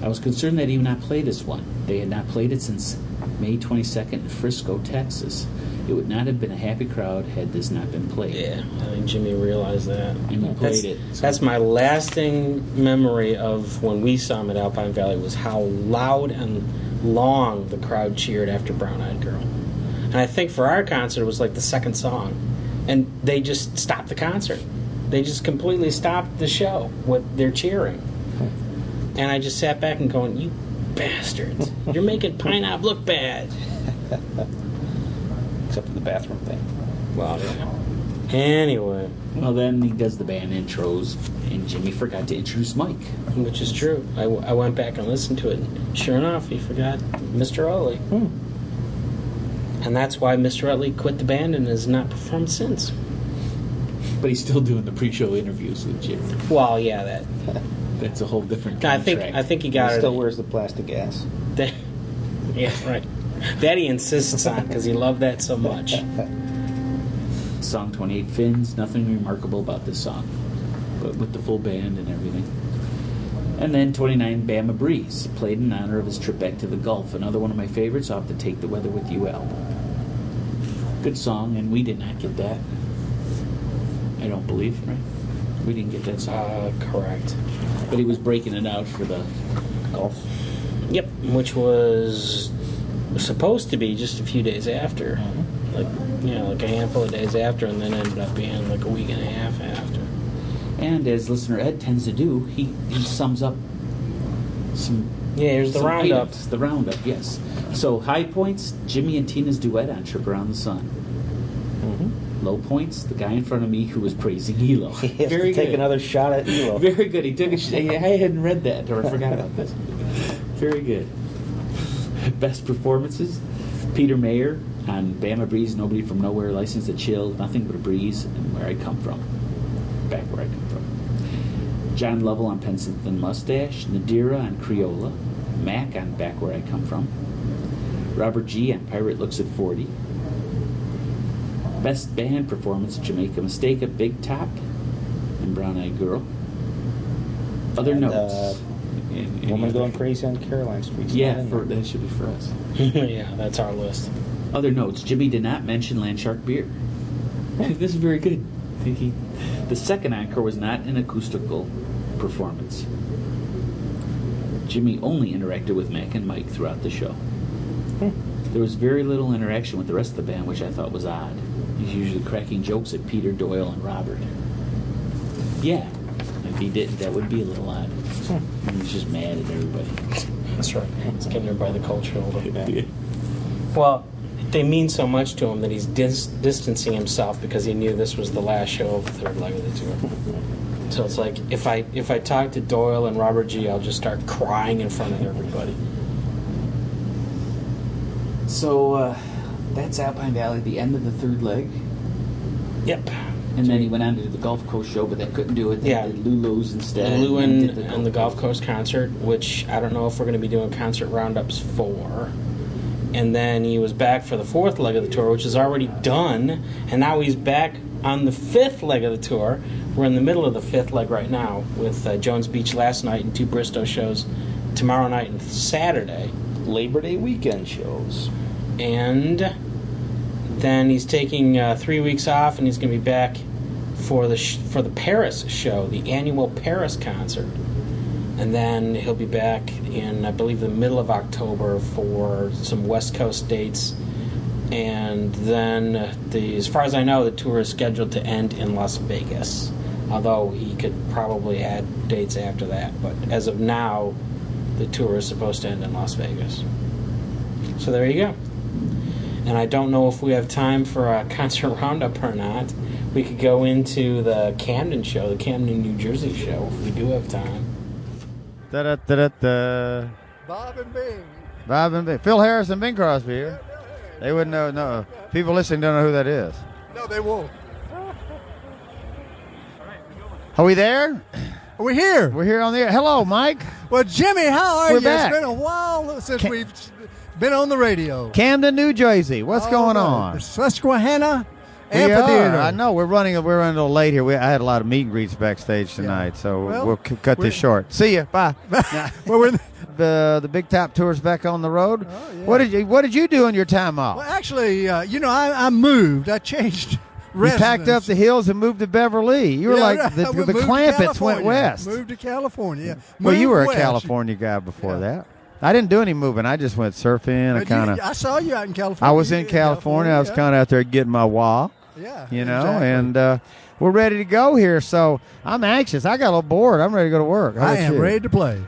[SPEAKER 2] I was concerned that he would not play this one. They had not played it since May 22nd in Frisco, Texas. It would not have been a happy crowd had this not been played.
[SPEAKER 1] Yeah, I think Jimmy realized that.
[SPEAKER 2] And he played
[SPEAKER 1] that's,
[SPEAKER 2] it. so-
[SPEAKER 1] That's my lasting memory of when we saw him at Alpine Valley was how loud and long the crowd cheered after Brown Eyed Girl. And I think for our concert it was like the second song. And they just stopped the concert. They just completely stopped the show with their cheering. And I just sat back and going, You bastards. You're making Pine Knob look bad.
[SPEAKER 4] Except for the bathroom thing.
[SPEAKER 1] Well, yeah. Anyway,
[SPEAKER 2] Well, then he does the band intros, and Jimmy forgot to introduce Mike.
[SPEAKER 1] which is true. I, w- I went back and listened to it. and Sure enough, he forgot Mr. Utley.
[SPEAKER 4] Hmm.
[SPEAKER 1] And that's why Mr. Utley quit the band and has not performed since.
[SPEAKER 2] But he's still doing the pre-show interviews with Jimmy.
[SPEAKER 1] Well, yeah, that.
[SPEAKER 2] That's a whole different
[SPEAKER 1] I
[SPEAKER 2] contract.
[SPEAKER 1] think I think he got
[SPEAKER 4] he
[SPEAKER 1] it.
[SPEAKER 4] still wears the plastic ass.
[SPEAKER 1] That, yeah, right. That he insists on because he loved that so much.
[SPEAKER 2] Song 28 Fins, nothing remarkable about this song, but with the full band and everything. And then 29 Bama Breeze, played in honor of his trip back to the Gulf, another one of my favorites off the Take the Weather With You album. Good song, and we did not get that. I don't believe, right? We didn't get that song.
[SPEAKER 1] Uh, correct.
[SPEAKER 2] But he was breaking it out for the Gulf.
[SPEAKER 1] Yep, which was supposed to be just a few days after, like you know, like a handful of days after, and then ended up being like a week and a half after.
[SPEAKER 2] And as listener Ed tends to do, he, he sums up some
[SPEAKER 1] Yeah, here's the
[SPEAKER 2] Some
[SPEAKER 1] roundup.
[SPEAKER 2] items. The roundup, yes. So high points, Jimmy and Tina's duet on Trip Around the Sun.
[SPEAKER 4] Mm-hmm.
[SPEAKER 2] Low points, the guy in front of me who was praising Elo.
[SPEAKER 4] He has
[SPEAKER 2] Very
[SPEAKER 4] to take
[SPEAKER 2] good.
[SPEAKER 4] another shot at Elo.
[SPEAKER 2] Very good. He took a sh- I hadn't read that or I forgot about this. Very good. Best performances, Peter Mayer on Bama Breeze, Nobody From Nowhere, License to Chill, Nothing But a Breeze, and Where I Come From. Back Where I Come From. John Lovell on Pensington Mustache, Nadira on Creola, Mac on Back Where I Come From, Robert G on Pirate Looks at 40. Best band performance, Jamaica Mistake, A Big Top, and Brown Eyed Girl. Other
[SPEAKER 4] And,
[SPEAKER 2] notes.
[SPEAKER 4] uh,
[SPEAKER 2] And- and
[SPEAKER 4] Woman
[SPEAKER 2] other-
[SPEAKER 4] going crazy on Caroline Street.
[SPEAKER 2] Yeah, for, that should be for us.
[SPEAKER 1] yeah, that's our list.
[SPEAKER 2] Other notes: Jimmy did not mention Landshark beer. this is very good. Think he- The second encore was not an acoustical performance. Jimmy only interacted with Mac and Mike throughout the show. There was very little interaction with the rest of the band, which I thought was odd. He's usually cracking jokes at Peter, Doyle, and Robert. Yeah, if he did, that would be a little odd. He was just mad at everybody.
[SPEAKER 1] That's right. It's given everybody the cold shoulder.
[SPEAKER 4] Yeah.
[SPEAKER 1] Well, they mean so much to him that he's dis- distancing himself because he knew this was the last show of the third leg of the tour. So it's like if I if I talk to Doyle and Robert G, I'll just start crying in front of everybody.
[SPEAKER 2] So uh, that's Alpine Valley, the end of the third leg.
[SPEAKER 1] Yep.
[SPEAKER 2] And then he went on to do the Gulf Coast show, but that couldn't do it. They
[SPEAKER 1] Yeah.
[SPEAKER 2] did Lulu's instead.
[SPEAKER 1] Lewin
[SPEAKER 2] did
[SPEAKER 1] and the Gulf Coast concert, which I don't know if we're going to be doing concert roundups for. And then he was back for the fourth leg of the tour, which is already done. And now he's back on the fifth leg of the tour. We're in the middle of the fifth leg right now with uh, Jones Beach last night and two Bristow shows tomorrow night and Saturday.
[SPEAKER 4] Labor Day weekend shows.
[SPEAKER 1] And then he's taking uh, three weeks off, and he's going to be back for the sh- for the Paris show, the annual Paris concert, and then he'll be back in I believe the middle of October for some West Coast dates, and then uh, the as far as I know, the tour is scheduled to end in Las Vegas, although he could probably add dates after that, but as of now, the tour is supposed to end in Las Vegas. So there you go and I don't know if we have time for a concert roundup or not. We could go into the Camden show, the Camden, New Jersey show, if we do have time.
[SPEAKER 3] Da-da-da-da-da.
[SPEAKER 6] Bob and Bing.
[SPEAKER 3] Bob and Bing. Phil Harris and Bing Crosby here. They wouldn't know. No, people listening don't know who that is.
[SPEAKER 6] No, they won't.
[SPEAKER 3] Are we there?
[SPEAKER 6] We're here.
[SPEAKER 3] We're here on the air. Hello, Mike.
[SPEAKER 6] Well, Jimmy, how are
[SPEAKER 3] We're
[SPEAKER 6] you?
[SPEAKER 3] back.
[SPEAKER 6] It's been a while since
[SPEAKER 3] Ca-
[SPEAKER 6] we've been on the radio.
[SPEAKER 3] Camden, New Jersey. What's
[SPEAKER 6] All
[SPEAKER 3] going
[SPEAKER 6] right.
[SPEAKER 3] on?
[SPEAKER 6] The Susquehanna
[SPEAKER 3] We
[SPEAKER 6] Amphitheater.
[SPEAKER 3] are. I know we're running. We're running a little late here. We, I had a lot of meet and greets backstage tonight, so
[SPEAKER 6] Well,
[SPEAKER 3] we'll c- cut
[SPEAKER 6] we're-
[SPEAKER 3] this short. See you. Bye.
[SPEAKER 6] well, we're,
[SPEAKER 3] the the Big Top tour's back on the road.
[SPEAKER 6] Oh, yeah.
[SPEAKER 3] What did you What did you do on your time off?
[SPEAKER 6] well, actually, uh, you know, I, I moved. I changed
[SPEAKER 3] you packed up
[SPEAKER 6] residence.
[SPEAKER 3] the hills and moved to Beverly. You were
[SPEAKER 6] Yeah,
[SPEAKER 3] like
[SPEAKER 6] right.
[SPEAKER 3] the,
[SPEAKER 6] We
[SPEAKER 3] the
[SPEAKER 6] moved to
[SPEAKER 3] Clampets went
[SPEAKER 6] California.
[SPEAKER 3] west.
[SPEAKER 6] Moved to California.
[SPEAKER 3] Well, you
[SPEAKER 6] Moved
[SPEAKER 3] were a
[SPEAKER 6] west.
[SPEAKER 3] California guy before
[SPEAKER 6] Yeah.
[SPEAKER 3] that. I didn't do any moving. I just went surfing.
[SPEAKER 6] But
[SPEAKER 3] I kind
[SPEAKER 6] you-
[SPEAKER 3] of.
[SPEAKER 6] I saw you out in California.
[SPEAKER 3] I was in
[SPEAKER 6] Yeah,
[SPEAKER 3] California. I was kind of out there getting my wah,
[SPEAKER 6] Yeah.
[SPEAKER 3] you know,
[SPEAKER 6] exactly.
[SPEAKER 3] and uh, we're ready to go here. So I'm anxious. I got a little bored. I'm ready to go to work. How
[SPEAKER 6] I
[SPEAKER 3] about
[SPEAKER 6] am
[SPEAKER 3] you?
[SPEAKER 6] ready to play.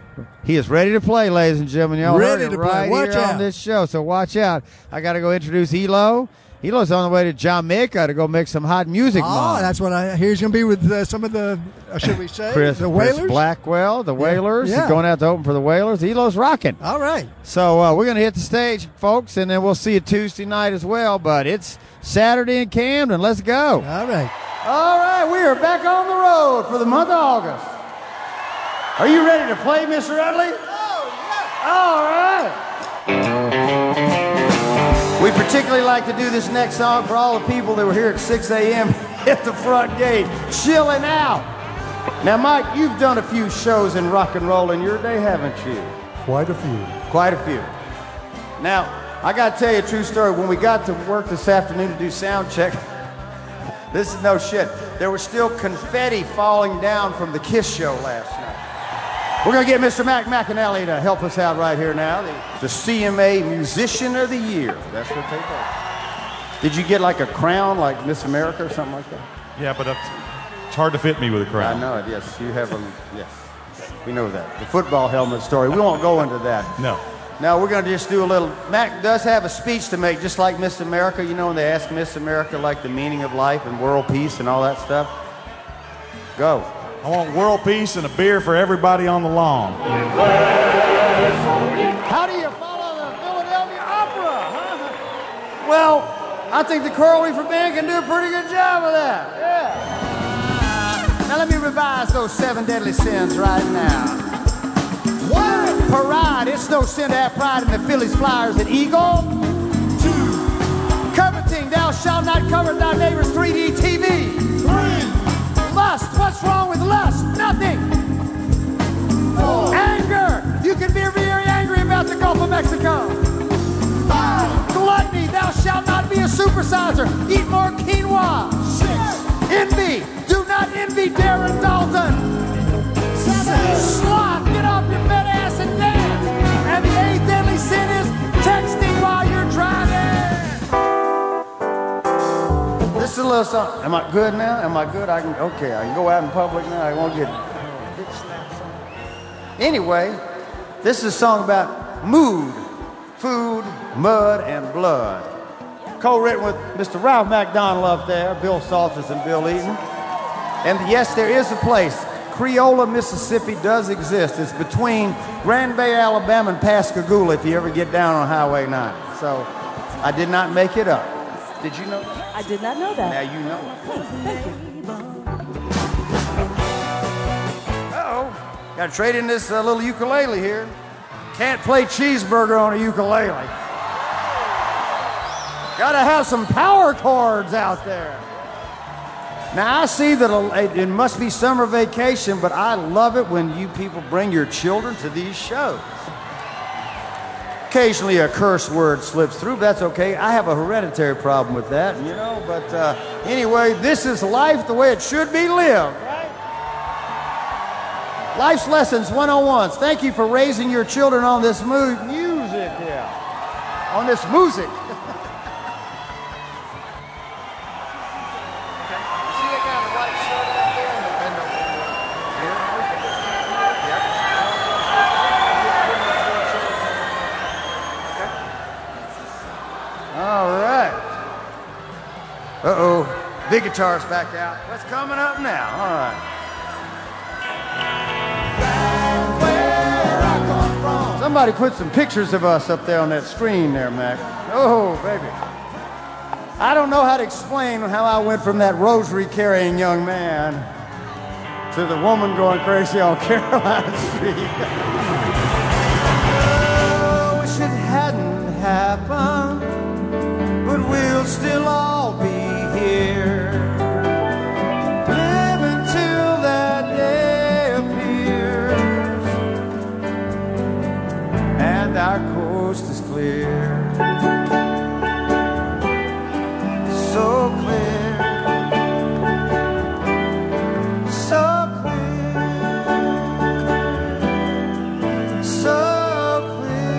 [SPEAKER 3] He is ready to play, ladies and gentlemen. Y'all
[SPEAKER 6] Ready
[SPEAKER 3] heard it
[SPEAKER 6] to play.
[SPEAKER 3] right
[SPEAKER 6] Watch
[SPEAKER 3] here on
[SPEAKER 6] out.
[SPEAKER 3] this show. So watch out. I got to go introduce Elo He lives on the way to Jamaica to go make some hot music.
[SPEAKER 6] Oh,
[SPEAKER 3] Mom.
[SPEAKER 6] that's what I hear. He's going to be with uh, some of the, uh, should we say,
[SPEAKER 3] Chris,
[SPEAKER 6] the
[SPEAKER 3] Chris
[SPEAKER 6] Whalers?
[SPEAKER 3] Blackwell, the Whalers.
[SPEAKER 6] Yeah.
[SPEAKER 3] He's going out to open for the Whalers. Elo's rocking.
[SPEAKER 6] All right.
[SPEAKER 3] So uh, we're going to hit the stage, folks, and then we'll see you Tuesday night as well. But it's Saturday in Camden. Let's go.
[SPEAKER 6] All right.
[SPEAKER 3] All right, we are back on the road for the month of August. Are you ready to play, Mr. Utley? All right. We particularly like to do this next song for all the people that were here at 6 a.m. at the front gate, chilling out. Now, Mike, you've done a few shows in rock and roll in your day, haven't you?
[SPEAKER 6] Quite a few.
[SPEAKER 3] Quite a few. Now, I gotta tell you a true story. When we got to work this afternoon to do sound check, this is no shit. There was still confetti falling down from the Kiss show last night. We're gonna get Mr. Mac McAnally to help us out right here now. The, the CMA Musician of the Year. That's what they got. Did you get like a crown, like Miss America or something like that?
[SPEAKER 7] Yeah, but that's, it's hard to fit me with a
[SPEAKER 3] I
[SPEAKER 7] crown.
[SPEAKER 3] know it. Yes, you have a yes. We know that. The football helmet story. We won't go into that.
[SPEAKER 7] No.
[SPEAKER 3] Now we're going to just do a little. Mac does have a speech to make, just like Miss America. You know, when they ask Miss America like the meaning of life and world peace and all that stuff. Go.
[SPEAKER 7] I want world peace and a beer for everybody on the lawn.
[SPEAKER 3] How do you follow the Philadelphia Opera? Huh? Well, I think the choral reefer band can do a pretty good job of that. Yeah. Now let me revise those seven deadly sins right now. One, parade. It's no sin to have pride in the Phillies, Flyers, and Eagle. Two, coveting. Thou shalt not covet thy neighbor's 3D TV. Three, lust. What's wrong with lust? Nothing. Anger. You can be very angry about the Gulf of Mexico. Five. Gluttony. Thou shalt not be a supersizer. Eat more quinoa. Six. Envy. Do not envy Darren Dalton. Seven. Sloth. Get off your fat ass and dance. And the eighth deadly sin is texting while you're driving. This is a little something. Am I good now? Am I good? I can. Okay, I can go out in public now. I won't get Anyway, this is a song about mood, food, mud, and blood. Co-written with Mr. Ralph McDonald up there, Bill Salters and Bill Eaton. And yes, there is a place. Creola, Mississippi does exist. It's between Grand Bay, Alabama and Pascagoula if you ever get down on Highway 9. So I did not make it up. Did you know?
[SPEAKER 8] I did not know
[SPEAKER 3] Now
[SPEAKER 8] that.
[SPEAKER 3] you know.
[SPEAKER 8] Thank you.
[SPEAKER 3] Uh-oh. Got to trade in this uh, little ukulele here. Can't play cheeseburger on a ukulele. Got to have some power chords out there. Now I see that a, it must be summer vacation, but I love it when you people bring your children to these shows. Occasionally a curse word slips through, but that's okay. I have a hereditary problem with that, you know. But uh, anyway, this is life the way it should be lived. Life's Lessons 101s. Thank you for raising your children on this mu- music. Yeah. On this music. All right. Uh-oh. Big guitar's back out. What's coming up now? All right. Somebody put some pictures of us up there on that screen there, Mac. Oh, baby. I don't know how to explain how I went from that rosary carrying young man to the woman going crazy on Caroline Street. oh, wish it hadn't happened, but we'll still all be here. Live until that day appears and our coast is clear. So clear. So clear. So clear.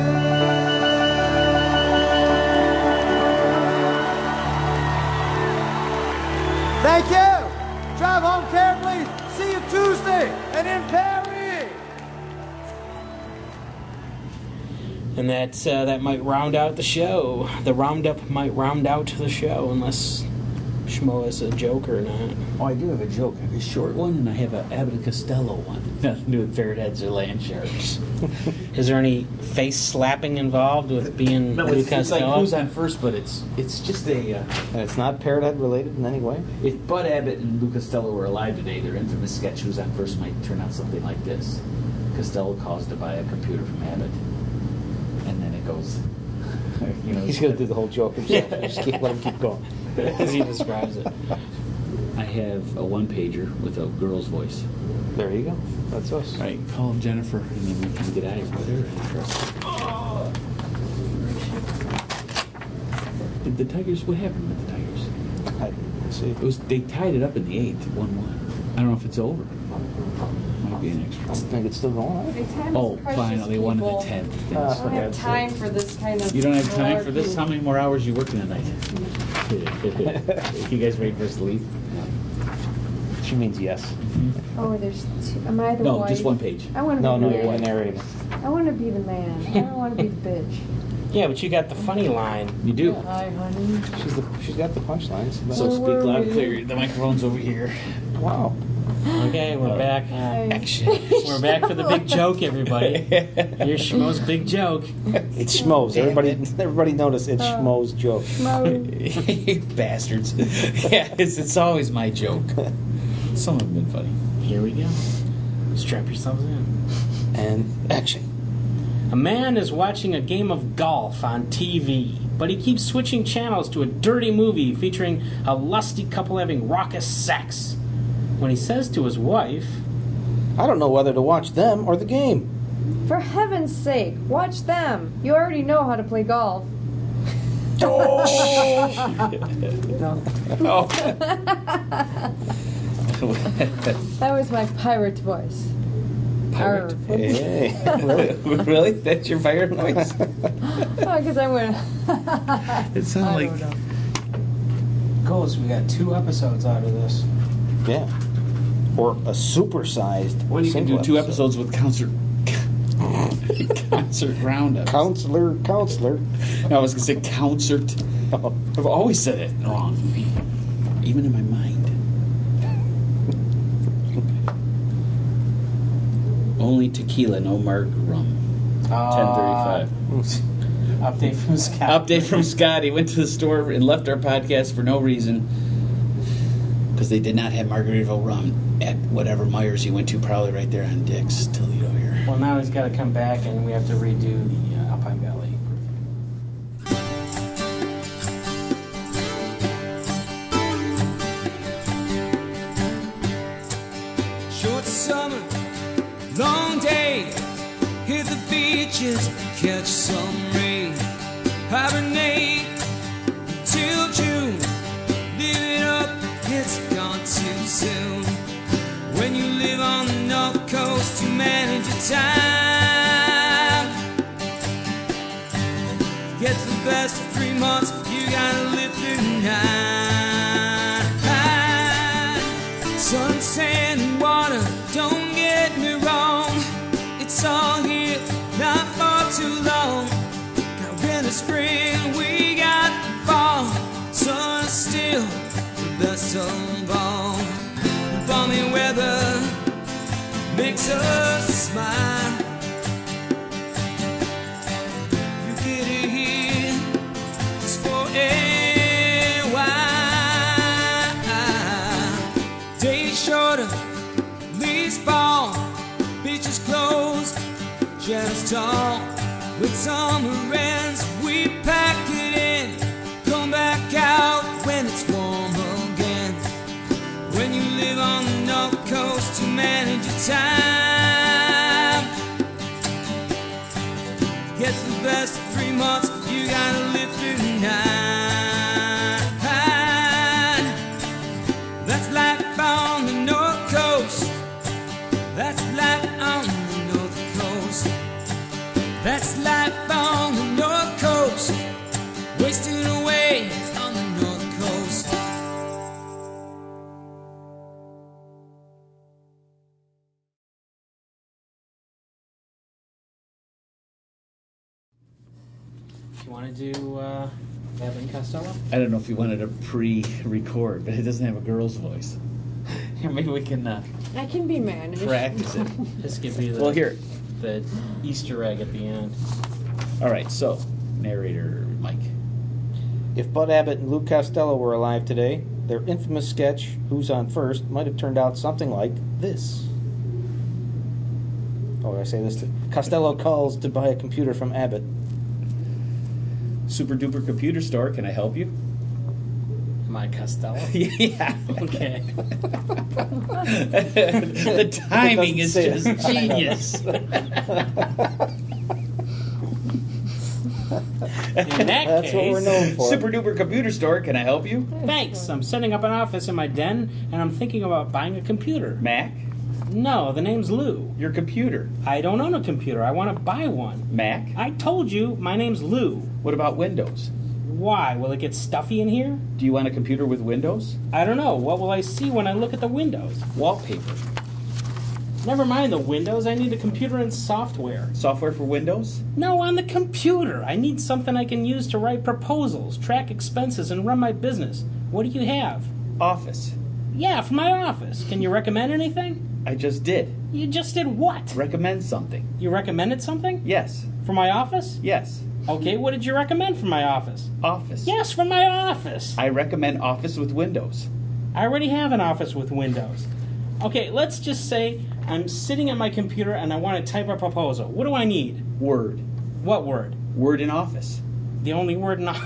[SPEAKER 1] and that uh, that might round out the show. The roundup might round out the show, unless Schmo is a joke or not.
[SPEAKER 2] Oh, I do have a joke. I have a short one, and I have a Abbott and Costello one. Nothing to do with ferret heads or land sharks.
[SPEAKER 1] Is there any face slapping involved with being
[SPEAKER 2] No,
[SPEAKER 1] Lou
[SPEAKER 2] it's, it's like
[SPEAKER 1] Costello?
[SPEAKER 2] who's on first, but it's it's just a. Uh,
[SPEAKER 4] And it's not Parrothead related in any way?
[SPEAKER 2] if Bud Abbott and Lou Costello were alive today, their infamous sketch "Who's on First might turn out something like this: Costello calls to buy a computer from Abbott, and then it goes. You know,
[SPEAKER 4] He's going to do the whole joke himself. Just keep, let him keep going.
[SPEAKER 1] as he describes it.
[SPEAKER 2] I have a one pager with a girl's voice.
[SPEAKER 4] There you go. That's us.
[SPEAKER 2] All right, call Jennifer, and then we can get out of here with her. Did the Tigers? What happened with the Tigers?
[SPEAKER 4] I see.
[SPEAKER 2] It was they tied it up in the eighth, one-one. I don't know if it's over. Might be an extra.
[SPEAKER 4] I think it's still going on.
[SPEAKER 2] Oh, finally, one of
[SPEAKER 9] people.
[SPEAKER 2] the tenth.
[SPEAKER 4] Uh,
[SPEAKER 9] I don't have time for this kind of.
[SPEAKER 2] You don't have time for this? How
[SPEAKER 9] malarkey.
[SPEAKER 2] many more hours you working tonight? you guys ready for us to leave?
[SPEAKER 4] She means yes.
[SPEAKER 10] Oh, there's two. Am I the
[SPEAKER 2] No,
[SPEAKER 10] wife?
[SPEAKER 2] just one page.
[SPEAKER 10] I want to
[SPEAKER 4] No,
[SPEAKER 10] be
[SPEAKER 4] no,
[SPEAKER 10] the
[SPEAKER 4] you're
[SPEAKER 10] man.
[SPEAKER 4] the narrator.
[SPEAKER 10] I want to be the man. I don't want to be the bitch.
[SPEAKER 1] Yeah, but you got the funny line.
[SPEAKER 2] You do.
[SPEAKER 9] Hi, honey.
[SPEAKER 4] She's the, she's got the punchlines. but-
[SPEAKER 2] So speak loud and clear. The microphone's over here.
[SPEAKER 4] wow.
[SPEAKER 1] Okay, we're back.
[SPEAKER 10] Hi.
[SPEAKER 1] Action. We're back for the big joke, everybody. Here's Schmo's big joke.
[SPEAKER 4] It's
[SPEAKER 2] Oh,
[SPEAKER 4] Schmo's. Everybody, everybody notice
[SPEAKER 10] Oh,
[SPEAKER 4] it's
[SPEAKER 10] Uh,
[SPEAKER 4] Schmo's joke.
[SPEAKER 10] Mo,
[SPEAKER 2] Bastards. yeah, it's, it's always my joke. Some of them have been funny.
[SPEAKER 1] Here we go. Strap yourselves in.
[SPEAKER 4] And action.
[SPEAKER 1] A man is watching a game of golf on TV, but he keeps switching channels to a dirty movie featuring a lusty couple having raucous sex. When he says to his wife,
[SPEAKER 4] I don't know whether to watch them or the game.
[SPEAKER 10] for heaven's sake, watch them. You already know how to play golf.
[SPEAKER 2] Oh,
[SPEAKER 10] That was my pirate voice. Pirate.
[SPEAKER 4] Hey.
[SPEAKER 2] really? That's your fire noise?
[SPEAKER 10] Because Oh, I went.
[SPEAKER 9] I
[SPEAKER 2] It sounded
[SPEAKER 9] don't
[SPEAKER 2] like
[SPEAKER 9] know.
[SPEAKER 1] Goes, we got two episodes out of this.
[SPEAKER 4] Yeah. Or a supersized.
[SPEAKER 2] Well, you can do
[SPEAKER 4] single
[SPEAKER 2] two
[SPEAKER 4] episode.
[SPEAKER 2] episodes with concert concert roundup.
[SPEAKER 4] Counselor, counselor.
[SPEAKER 2] I was gonna say concert. I've always said it wrong, even in my mind. Only tequila, no mark rum. Ten thirty-five.
[SPEAKER 1] Update from Scott.
[SPEAKER 2] Update from Scott. He went to the store and left our podcast for no reason because they did not have Margaritaville rum at whatever Myers he went to, probably right there on Dick's Toledo here.
[SPEAKER 1] Well, now he's got to come back, and we have to redo the uh, Alpine Valley.
[SPEAKER 11] Short summer, long day. Hit the beaches, catch some rain. Hibernate till June. Live it up, it's gone too soon. When you live on the North Coast, you manage your time. Gets the best of three months, you gotta live through nine. Sun, sand, and water, don't get me wrong. It's all here, not far too long. Now winter, spring, we got fall. Sun is still the best of all. Balmy weather makes us smile. You get it here just for a while. Day shorter, leaves fall, beaches closed, just all. When summer ends, we pack it in, come back out when it's warm again. When you live on the North Coast, you manage your time. Gets the best of three months, you gotta live through nine. That's life on the North Coast. That's life on the North Coast. That's life on the North Coast. Wasted away on the North Coast.
[SPEAKER 1] want to do uh, Abbott and Costello?
[SPEAKER 2] I don't know if you wanted to pre-record, but it doesn't have a girl's voice. Maybe we can uh,
[SPEAKER 10] I can be managed.
[SPEAKER 2] practice it.
[SPEAKER 1] This could be the,
[SPEAKER 2] Well, here.
[SPEAKER 1] the Easter egg at the end.
[SPEAKER 2] All right. So, narrator Mike.
[SPEAKER 4] If Bud Abbott and Lou Costello were alive today, their infamous sketch, Who's on First, might have turned out something like this. Oh, did I say this? To, Costello calls to buy a computer from Abbott.
[SPEAKER 2] Super Duper Computer Store. Can I help you?
[SPEAKER 1] My Costello.
[SPEAKER 2] yeah.
[SPEAKER 1] Okay.
[SPEAKER 2] the timing is
[SPEAKER 4] It doesn't say
[SPEAKER 2] just
[SPEAKER 4] it.
[SPEAKER 2] genius.
[SPEAKER 1] In that
[SPEAKER 4] That's
[SPEAKER 1] case,
[SPEAKER 4] what we're known for.
[SPEAKER 2] Super Duper Computer Store. Can I help you?
[SPEAKER 1] thanks. I'm setting up an office in my den, and I'm thinking about buying a computer.
[SPEAKER 2] Mac,
[SPEAKER 1] No, the name's Lou.
[SPEAKER 2] your computer.
[SPEAKER 1] I don't own a computer. I want to buy one.
[SPEAKER 2] Mac.
[SPEAKER 1] I told you, my name's Lou.
[SPEAKER 2] What about Windows?
[SPEAKER 1] Why? Will it get stuffy in here?
[SPEAKER 2] Do you want a computer with Windows?
[SPEAKER 1] I don't know. What will I see when I look at the windows?
[SPEAKER 2] Wallpaper.
[SPEAKER 1] Never mind the windows. I need a computer and software.
[SPEAKER 2] Software for Windows?
[SPEAKER 1] No, on the computer. I need something I can use to write proposals, track expenses, and run my business. What do you have?
[SPEAKER 2] Office.
[SPEAKER 1] Yeah, for my office. Can you recommend anything?
[SPEAKER 2] I just did.
[SPEAKER 1] You just did what?
[SPEAKER 2] Recommend something.
[SPEAKER 1] You recommended something?
[SPEAKER 2] Yes.
[SPEAKER 1] For my office?
[SPEAKER 2] Yes.
[SPEAKER 1] Okay, what did you recommend for my office?
[SPEAKER 2] Office.
[SPEAKER 1] Yes, for my office.
[SPEAKER 2] I recommend Office with Windows.
[SPEAKER 1] I already have an office with Windows. Okay, let's just say I'm sitting at my computer and I want to type a proposal. What do I need?
[SPEAKER 2] Word.
[SPEAKER 1] What word?
[SPEAKER 2] Word in Office.
[SPEAKER 1] The only word not.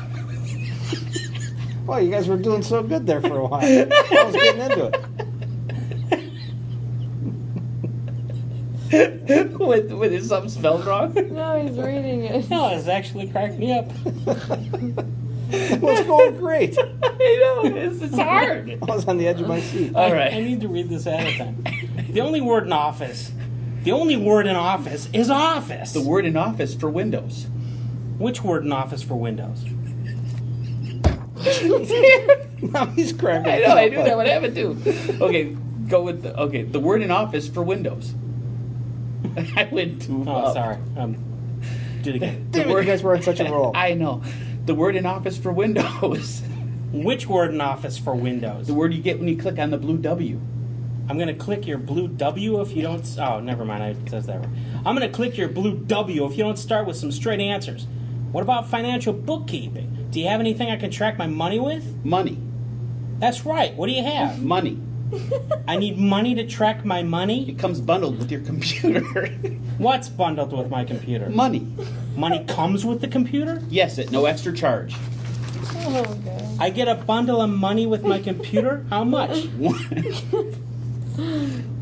[SPEAKER 4] Well, you guys were doing so good there for a while. I was getting into it.
[SPEAKER 2] with, with is something spelled wrong?
[SPEAKER 10] No, he's reading it.
[SPEAKER 1] No, it's actually cracked me up.
[SPEAKER 4] Well, it's going great. I
[SPEAKER 2] I know. It's, it's hard.
[SPEAKER 4] was on the edge of my seat.
[SPEAKER 1] I
[SPEAKER 2] All right.
[SPEAKER 1] need to read this ahead of time. The only word in office. The only word in office is office.
[SPEAKER 2] The word in Office for Windows.
[SPEAKER 1] Which word in office for Windows?
[SPEAKER 4] Now he's cracking.
[SPEAKER 2] I know. I
[SPEAKER 4] up.
[SPEAKER 2] knew that would happen too. Okay, go with the, okay. The word in Office for Windows. I went too.
[SPEAKER 1] Oh,
[SPEAKER 2] up.
[SPEAKER 1] sorry. Um, do it again.
[SPEAKER 4] Damn it, you guys were on such a roll.
[SPEAKER 2] I know. The word in Office for Windows.
[SPEAKER 1] Which word in office for Windows?
[SPEAKER 2] The word you get when you click on the blue W.
[SPEAKER 1] I'm gonna click your blue W if you don't. Oh, never mind. I says that. Wrong. I'm gonna click your blue W if you don't start with some straight answers. What about financial bookkeeping? Do you have anything I can track my money with?
[SPEAKER 2] Money.
[SPEAKER 1] That's right. What do you have?
[SPEAKER 2] Money.
[SPEAKER 1] I need money to track my money.
[SPEAKER 2] It comes bundled with your computer.
[SPEAKER 1] What's bundled with my computer?
[SPEAKER 2] Money.
[SPEAKER 1] Money comes with the computer.
[SPEAKER 2] Yes, at no extra charge.
[SPEAKER 10] Oh, God.
[SPEAKER 1] I get a bundle of money with my computer. How much?
[SPEAKER 2] One,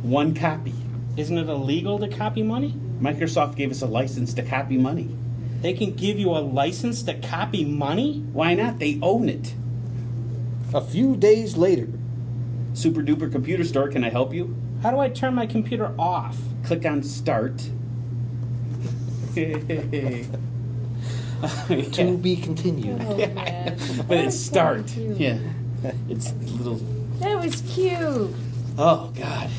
[SPEAKER 2] one copy.
[SPEAKER 1] Isn't it illegal to copy money?
[SPEAKER 2] Microsoft gave us a license to copy money.
[SPEAKER 1] They can give you a license to copy money.
[SPEAKER 2] Why not? They own it.
[SPEAKER 4] A few days later,
[SPEAKER 2] Super duper computer store, can I help you?
[SPEAKER 1] How do I turn my computer off?
[SPEAKER 2] Click on start.
[SPEAKER 4] to be continued.
[SPEAKER 10] Oh, man.
[SPEAKER 2] But it's start.
[SPEAKER 10] cute.
[SPEAKER 2] Yeah. It's little.
[SPEAKER 10] That was cute.
[SPEAKER 2] Oh, God.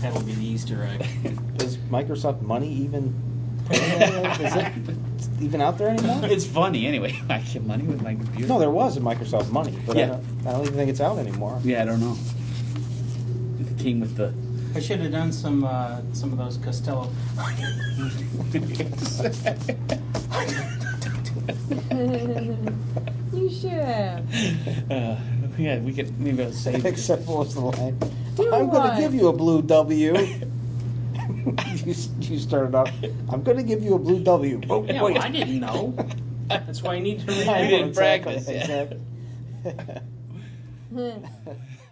[SPEAKER 1] That'll be the Easter egg.
[SPEAKER 4] Is Microsoft money even? Is it even out there anymore?
[SPEAKER 2] It's funny anyway. I get money with my computer.
[SPEAKER 4] No, there was a Microsoft money, but I,
[SPEAKER 2] Yeah.
[SPEAKER 4] don't, I don't even think it's out anymore.
[SPEAKER 2] Yeah, I don't know. It came with the.
[SPEAKER 1] I should have done some uh, some of those Costello.
[SPEAKER 10] You should have.
[SPEAKER 2] Uh, yeah, we could maybe I'll save it.
[SPEAKER 4] Except what was the line?
[SPEAKER 10] Do
[SPEAKER 4] I'm going
[SPEAKER 10] one.
[SPEAKER 4] to give you a blue W. you, s- you started off. I'm going to give you a blue W. Oh,
[SPEAKER 1] Yeah, well, I didn't know. That's why I need to read.
[SPEAKER 2] I
[SPEAKER 1] that.
[SPEAKER 2] didn't practice, yeah.
[SPEAKER 4] Exactly.